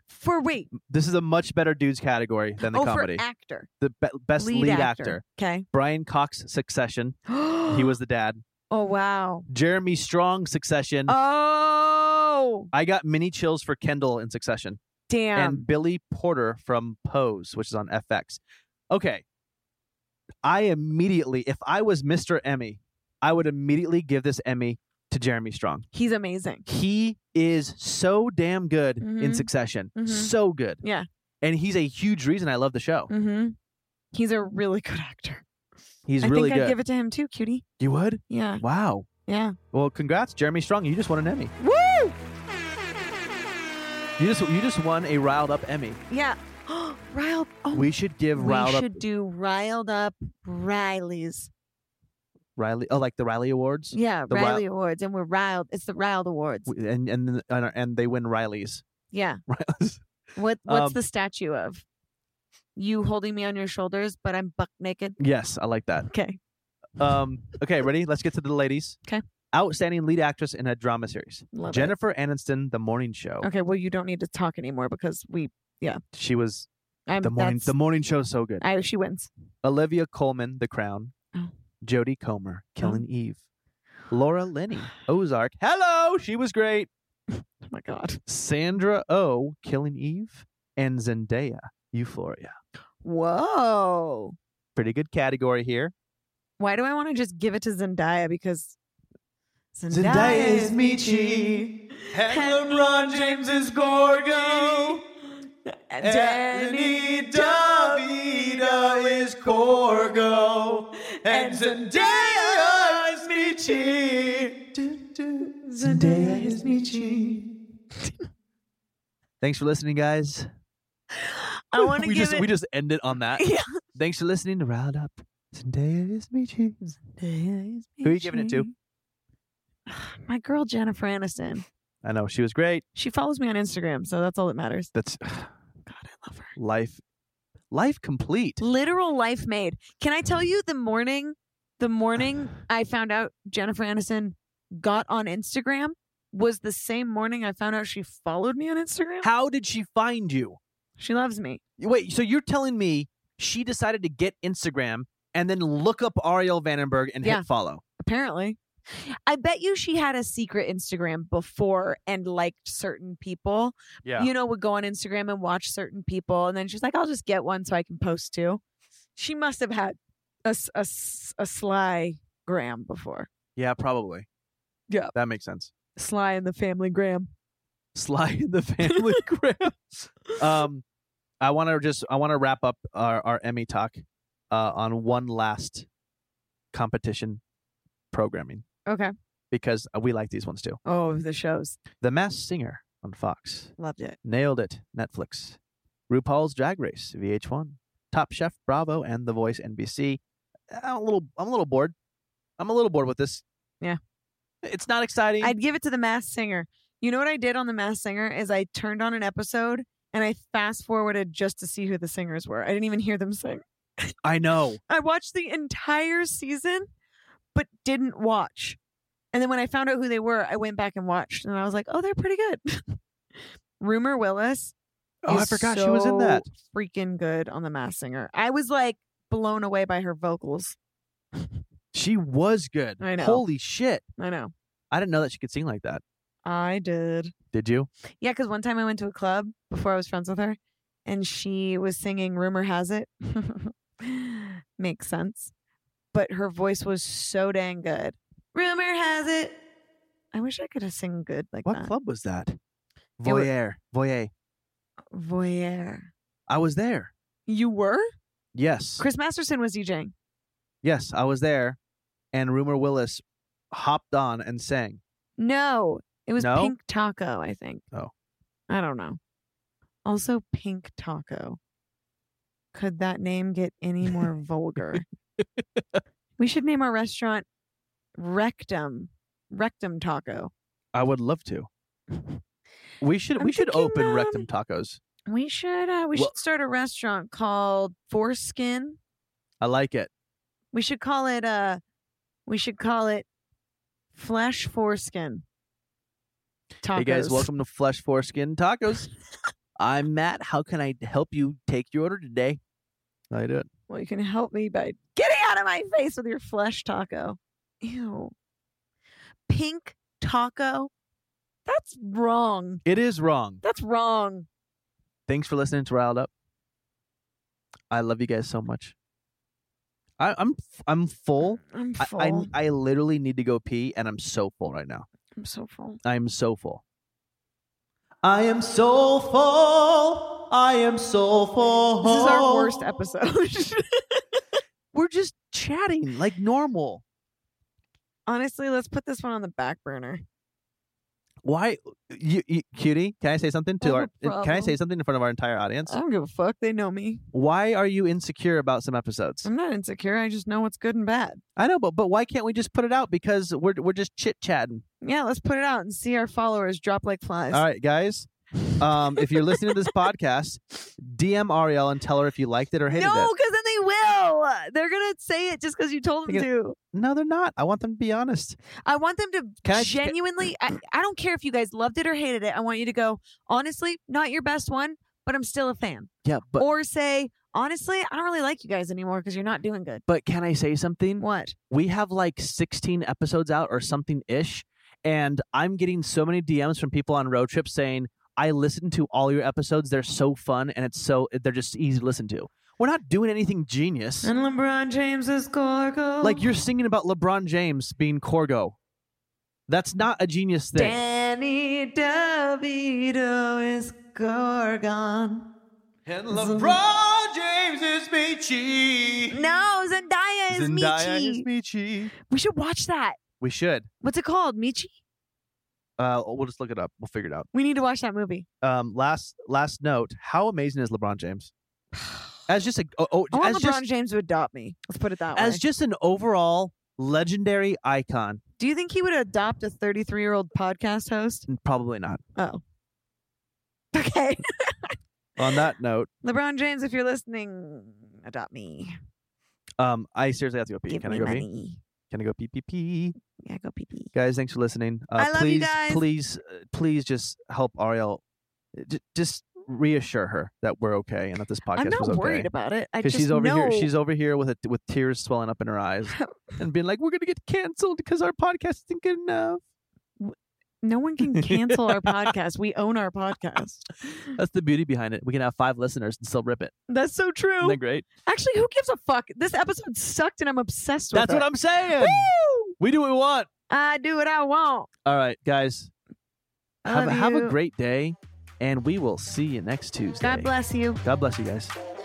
[SPEAKER 2] for wait.
[SPEAKER 1] This is a much better dudes category than the
[SPEAKER 2] oh,
[SPEAKER 1] comedy.
[SPEAKER 2] for actor.
[SPEAKER 1] the be- best lead, actor.
[SPEAKER 2] Okay.
[SPEAKER 1] Brian Cox, Succession. he
[SPEAKER 2] he
[SPEAKER 1] was the dad.
[SPEAKER 2] Oh wow.
[SPEAKER 1] Jeremy Strong, Succession.
[SPEAKER 2] Oh
[SPEAKER 1] I got mini chills for Kendall in Succession.
[SPEAKER 2] damn.
[SPEAKER 1] and Billy Porter from Pose, which is on FX. Okay. I immediately, if I was Mr. Emmy, I would immediately give this Emmy to Jeremy Strong.
[SPEAKER 2] He's amazing.
[SPEAKER 1] He is so damn good in
[SPEAKER 2] Mhm.
[SPEAKER 1] succession.
[SPEAKER 2] Mhm.
[SPEAKER 1] So good.
[SPEAKER 2] Yeah.
[SPEAKER 1] And he's a huge reason I love the show.
[SPEAKER 2] Mm-hmm. He's a really good actor.
[SPEAKER 1] He's
[SPEAKER 2] I
[SPEAKER 1] really
[SPEAKER 2] think
[SPEAKER 1] good.
[SPEAKER 2] I'd give it to him too, cutie.
[SPEAKER 1] you would?
[SPEAKER 2] Yeah.
[SPEAKER 1] Wow.
[SPEAKER 2] Yeah.
[SPEAKER 1] Well, congrats, Jeremy Strong. You just won an Emmy.
[SPEAKER 2] Woo!
[SPEAKER 1] You just you just won a riled up Emmy.
[SPEAKER 2] Yeah. Riled. Oh,
[SPEAKER 1] We should give
[SPEAKER 2] we
[SPEAKER 1] riled up
[SPEAKER 2] should do riled up Riley's.
[SPEAKER 1] Riley. Oh, like the Riley Awards.
[SPEAKER 2] Yeah,
[SPEAKER 1] The Ri-
[SPEAKER 2] Riley Awards, and we're riled. It's the riled awards.
[SPEAKER 1] W- And and and, and they win Rileys.
[SPEAKER 2] yeah.
[SPEAKER 1] Rileys.
[SPEAKER 2] What What's
[SPEAKER 1] Um,
[SPEAKER 2] the statue of? You holding me on your shoulders, but I'm buck naked.
[SPEAKER 1] Yes, I like that.
[SPEAKER 2] Okay.
[SPEAKER 1] Um, okay, ready? Let's get to the ladies.
[SPEAKER 2] 'Kay.
[SPEAKER 1] Outstanding lead actress in a drama series.
[SPEAKER 2] Love it. Oh,
[SPEAKER 1] Jennifer Aniston, The Morning Show.
[SPEAKER 2] Okay. Well, you don't need to talk anymore because we.
[SPEAKER 1] She was
[SPEAKER 2] I'm,
[SPEAKER 1] the morning.
[SPEAKER 2] oh, that's-
[SPEAKER 1] The Morning Show so good.
[SPEAKER 2] I, she wins.
[SPEAKER 1] Olivia Colman, The Crown.
[SPEAKER 2] Oh.
[SPEAKER 1] Jodie Comer, Killing Eve. Laura Linney, Ozark. Hello, she was great.
[SPEAKER 2] Oh my god.
[SPEAKER 1] Sandra O, oh, Killing Eve, and Zendaya, Euphoria.
[SPEAKER 2] Whoa.
[SPEAKER 1] Pretty good category here.
[SPEAKER 2] Why do I want to just give it to Zendaya? Because Zendaya,
[SPEAKER 1] Zendaya
[SPEAKER 2] is
[SPEAKER 1] is
[SPEAKER 2] Michi.
[SPEAKER 6] And LeBron James is Gorgo.
[SPEAKER 1] Eh,
[SPEAKER 6] Danny DeVito is Corgo. And Zendaya is Michi. Zendaya is Michi.
[SPEAKER 1] Thanks for listening, guys.
[SPEAKER 2] I want to
[SPEAKER 1] we
[SPEAKER 2] give
[SPEAKER 1] just
[SPEAKER 2] it.
[SPEAKER 1] we just ended on that.
[SPEAKER 2] Yeah.
[SPEAKER 1] Thanks for listening to Round Up. Zendaya is Michi.
[SPEAKER 2] Zendaya is
[SPEAKER 1] Who are you giving it to?
[SPEAKER 2] Michi. My girl Jennifer Aniston.
[SPEAKER 1] I know she was great.
[SPEAKER 2] She follows me on Instagram, so that's all that matters.
[SPEAKER 1] That's
[SPEAKER 2] God, I love her.
[SPEAKER 1] life, life complete.
[SPEAKER 2] Literal life made. Can I tell you the morning? The morning I found out Jennifer Aniston got on Instagram was the same morning I found out she followed me on Instagram.
[SPEAKER 1] How did she find you?
[SPEAKER 2] She loves me.
[SPEAKER 1] Wait, so you're telling me she decided to get Instagram and then look up Ariel Vandenberg and
[SPEAKER 2] Yeah.
[SPEAKER 1] hit follow?
[SPEAKER 2] apparently. I bet you she had a secret Instagram before and liked certain people.
[SPEAKER 1] Yeah.
[SPEAKER 2] You know, would go on Instagram and watch certain people. And then she's like, I'll just get one so I can post too. She must have had a, s- a s- a sly gram before.
[SPEAKER 1] yeah, probably.
[SPEAKER 2] Yeah.
[SPEAKER 1] That makes sense.
[SPEAKER 2] Sly and the Family Graham.
[SPEAKER 1] Sly and the Family Graham. Um, I want to just I want to wrap up our, our Emmy talk uh, on one last competition programming
[SPEAKER 2] Okay.
[SPEAKER 1] because we like these ones too.
[SPEAKER 2] Oh, the shows.
[SPEAKER 1] The Mass Singer on Fox,
[SPEAKER 2] Loved it.
[SPEAKER 1] Nailed It, Netflix, RuPaul's Drag Race, VH1, Top Chef, Bravo, and The Voice, NBC. I'm a little I'm a little bored. I'm a little bored with this.
[SPEAKER 2] Yeah.
[SPEAKER 1] it's not exciting.
[SPEAKER 2] I'd give it to the Mass Singer. You know what I did on the Mass Singer is I turned on an episode and I fast forwarded just to see who the singers were. I didn't even hear them sing.
[SPEAKER 1] I know.
[SPEAKER 2] I watched the entire season, but didn't watch. And then when I found out who they were, I went back and watched, and I was like, "Oh, they're pretty good." Rumor Willis.
[SPEAKER 1] Oh, I
[SPEAKER 2] is
[SPEAKER 1] forgot she was in that.
[SPEAKER 2] so Freaking good on the Mass Singer. I was like blown away by her vocals.
[SPEAKER 1] She was good.
[SPEAKER 2] I know.
[SPEAKER 1] Holy shit.
[SPEAKER 2] I know.
[SPEAKER 1] I didn't know that she could sing like that.
[SPEAKER 2] I did.
[SPEAKER 1] Did you?
[SPEAKER 2] Yeah, because one time I went to a club before I was friends with her, and she was singing "Rumor Has It." Makes sense, but her voice was so dang good. Rumor has it. I wish I could have sing good like
[SPEAKER 1] What
[SPEAKER 2] that.
[SPEAKER 1] club was that?
[SPEAKER 2] wa-
[SPEAKER 1] Voyeur. Voyeur.
[SPEAKER 2] Voyeur.
[SPEAKER 1] I was there.
[SPEAKER 2] You were?
[SPEAKER 1] Yes.
[SPEAKER 2] Chris Masterson was DJing.
[SPEAKER 1] Yes, I was there. And Rumor Willis hopped on and sang.
[SPEAKER 2] No, it was
[SPEAKER 1] No?
[SPEAKER 2] Pink Taco. I think.
[SPEAKER 1] Oh.
[SPEAKER 2] I don't know. Also, Pink Taco. Could that name get any more vulgar? we should name our restaurant Rectum. Rectum Taco.
[SPEAKER 1] I would love to. We should
[SPEAKER 2] I'm
[SPEAKER 1] we should
[SPEAKER 2] thinking,
[SPEAKER 1] open
[SPEAKER 2] um,
[SPEAKER 1] rectum tacos.
[SPEAKER 2] We should uh, we
[SPEAKER 1] Well-
[SPEAKER 2] should start a restaurant called Foreskin.
[SPEAKER 1] I like it.
[SPEAKER 2] We should call it uh we should call it Flesh Foreskin. Tacos.
[SPEAKER 1] Hey guys, welcome to Flesh Foreskin Tacos. I'm Matt. How can I help you take your order today? I do it.
[SPEAKER 2] Well, you can help me by getting out of my face with your flesh taco. Ew. Pink taco? That's wrong.
[SPEAKER 1] It is wrong.
[SPEAKER 2] That's wrong.
[SPEAKER 1] Thanks for listening to Riled Up. I love you guys so much. I, I'm I'm full.
[SPEAKER 2] I'm
[SPEAKER 1] I-
[SPEAKER 2] full. I,
[SPEAKER 1] I, I literally need to go pee, and I'm so full right now.
[SPEAKER 2] am so full.
[SPEAKER 1] I'm so full.
[SPEAKER 6] I am so full. I am so full.
[SPEAKER 2] This is our
[SPEAKER 1] Oh.
[SPEAKER 2] worst episode.
[SPEAKER 1] We're just chatting like normal.
[SPEAKER 2] Honestly, let's put this one on the back burner.
[SPEAKER 1] Why, you, you, cutie? Can I say something to
[SPEAKER 2] No
[SPEAKER 1] our? Can I say
[SPEAKER 2] problem.
[SPEAKER 1] something in front of our entire audience?
[SPEAKER 2] I don't give a fuck. They know me.
[SPEAKER 1] why are you insecure about some episodes?
[SPEAKER 2] I'm not insecure. I just know what's good and bad.
[SPEAKER 1] I know, but but why can't we just put it out? Because we're we're just chit chatting.
[SPEAKER 2] Yeah, let's put it out and see our followers drop like flies.
[SPEAKER 1] All right, guys. Um, if you're listening to this podcast, DM Ariel and tell her if you liked it or hated
[SPEAKER 2] no,
[SPEAKER 1] it.
[SPEAKER 2] because then they will. They're gonna say it just because you told them
[SPEAKER 1] They're
[SPEAKER 2] to.
[SPEAKER 1] No, they're not. I want them to be honest.
[SPEAKER 2] I want them to
[SPEAKER 1] Can I-
[SPEAKER 2] genuinely. I, I don't care if you guys loved it or hated it. I want you to go, honestly, not your best one, but I'm still a fan.
[SPEAKER 1] Yeah, but
[SPEAKER 2] or say, honestly, I don't really like you guys anymore because you're not doing good.
[SPEAKER 1] but can I say something?
[SPEAKER 2] What?
[SPEAKER 1] we have like 16 episodes out or something ish and i'm getting so many dms from people on road trips saying i listen to all your episodes they're so fun and it's so they're just easy to listen to we're not doing anything genius
[SPEAKER 2] LeBron James is Gorgo.
[SPEAKER 1] like you're singing about lebron james being corgo that's not a genius thing
[SPEAKER 2] Danny DeVito is Gorgon.
[SPEAKER 6] And LeBron James is Michi.
[SPEAKER 2] No, Zendaya is
[SPEAKER 1] Zendaya
[SPEAKER 2] Michi.
[SPEAKER 1] is Michi.
[SPEAKER 2] we should watch that.
[SPEAKER 1] we should
[SPEAKER 2] What's it called? Michi?
[SPEAKER 1] uh, we'll just look it up we'll figure it out
[SPEAKER 2] We need to watch that movie.
[SPEAKER 1] um, last last note how amazing is lebron james as just a oh, oh,
[SPEAKER 2] I want
[SPEAKER 1] as
[SPEAKER 2] LeBron
[SPEAKER 1] just
[SPEAKER 2] James to adopt me. Let's put it that way.
[SPEAKER 1] as just an overall legendary icon
[SPEAKER 2] Do you think he would adopt a 33 year old podcast host?
[SPEAKER 1] probably not
[SPEAKER 2] Oh. Okay.
[SPEAKER 1] on that note
[SPEAKER 2] LeBron James, if you're listening, adopt me.
[SPEAKER 1] um i seriously have to go pee
[SPEAKER 2] Give
[SPEAKER 1] can
[SPEAKER 2] me
[SPEAKER 1] i go pee
[SPEAKER 2] money.
[SPEAKER 1] can i go pee pee pee
[SPEAKER 2] Yeah, go pee pee.
[SPEAKER 1] guys thanks for listening uh,
[SPEAKER 2] I love
[SPEAKER 1] please
[SPEAKER 2] you guys.
[SPEAKER 1] please uh, please just help ariel uh, J- just reassure her that we're okay and that this podcast
[SPEAKER 2] I'm not
[SPEAKER 1] was okay
[SPEAKER 2] worried about it. I
[SPEAKER 1] because
[SPEAKER 2] just
[SPEAKER 1] she's over
[SPEAKER 2] know
[SPEAKER 1] here she's over here with a, with tears swelling up in her eyes and being like we're gonna get canceled because our podcast isn't good enough
[SPEAKER 2] no one can cancel our podcast. We own our podcast.
[SPEAKER 1] that's the beauty behind it we can have five listeners and still rip it
[SPEAKER 2] That's so
[SPEAKER 1] isn't
[SPEAKER 2] true.
[SPEAKER 1] that great
[SPEAKER 2] Actually, who gives a fuck? This episode sucked and I'm obsessed with
[SPEAKER 1] that's
[SPEAKER 2] it.
[SPEAKER 1] what i'm saying
[SPEAKER 2] Woo!
[SPEAKER 1] we do what we want
[SPEAKER 2] I do what I want.
[SPEAKER 1] All right, guys.
[SPEAKER 2] I
[SPEAKER 1] have,
[SPEAKER 2] love
[SPEAKER 1] have a
[SPEAKER 2] you.
[SPEAKER 1] great day, and we will see you next Tuesday.
[SPEAKER 2] God bless you.
[SPEAKER 1] God bless you guys.
[SPEAKER 4] ah.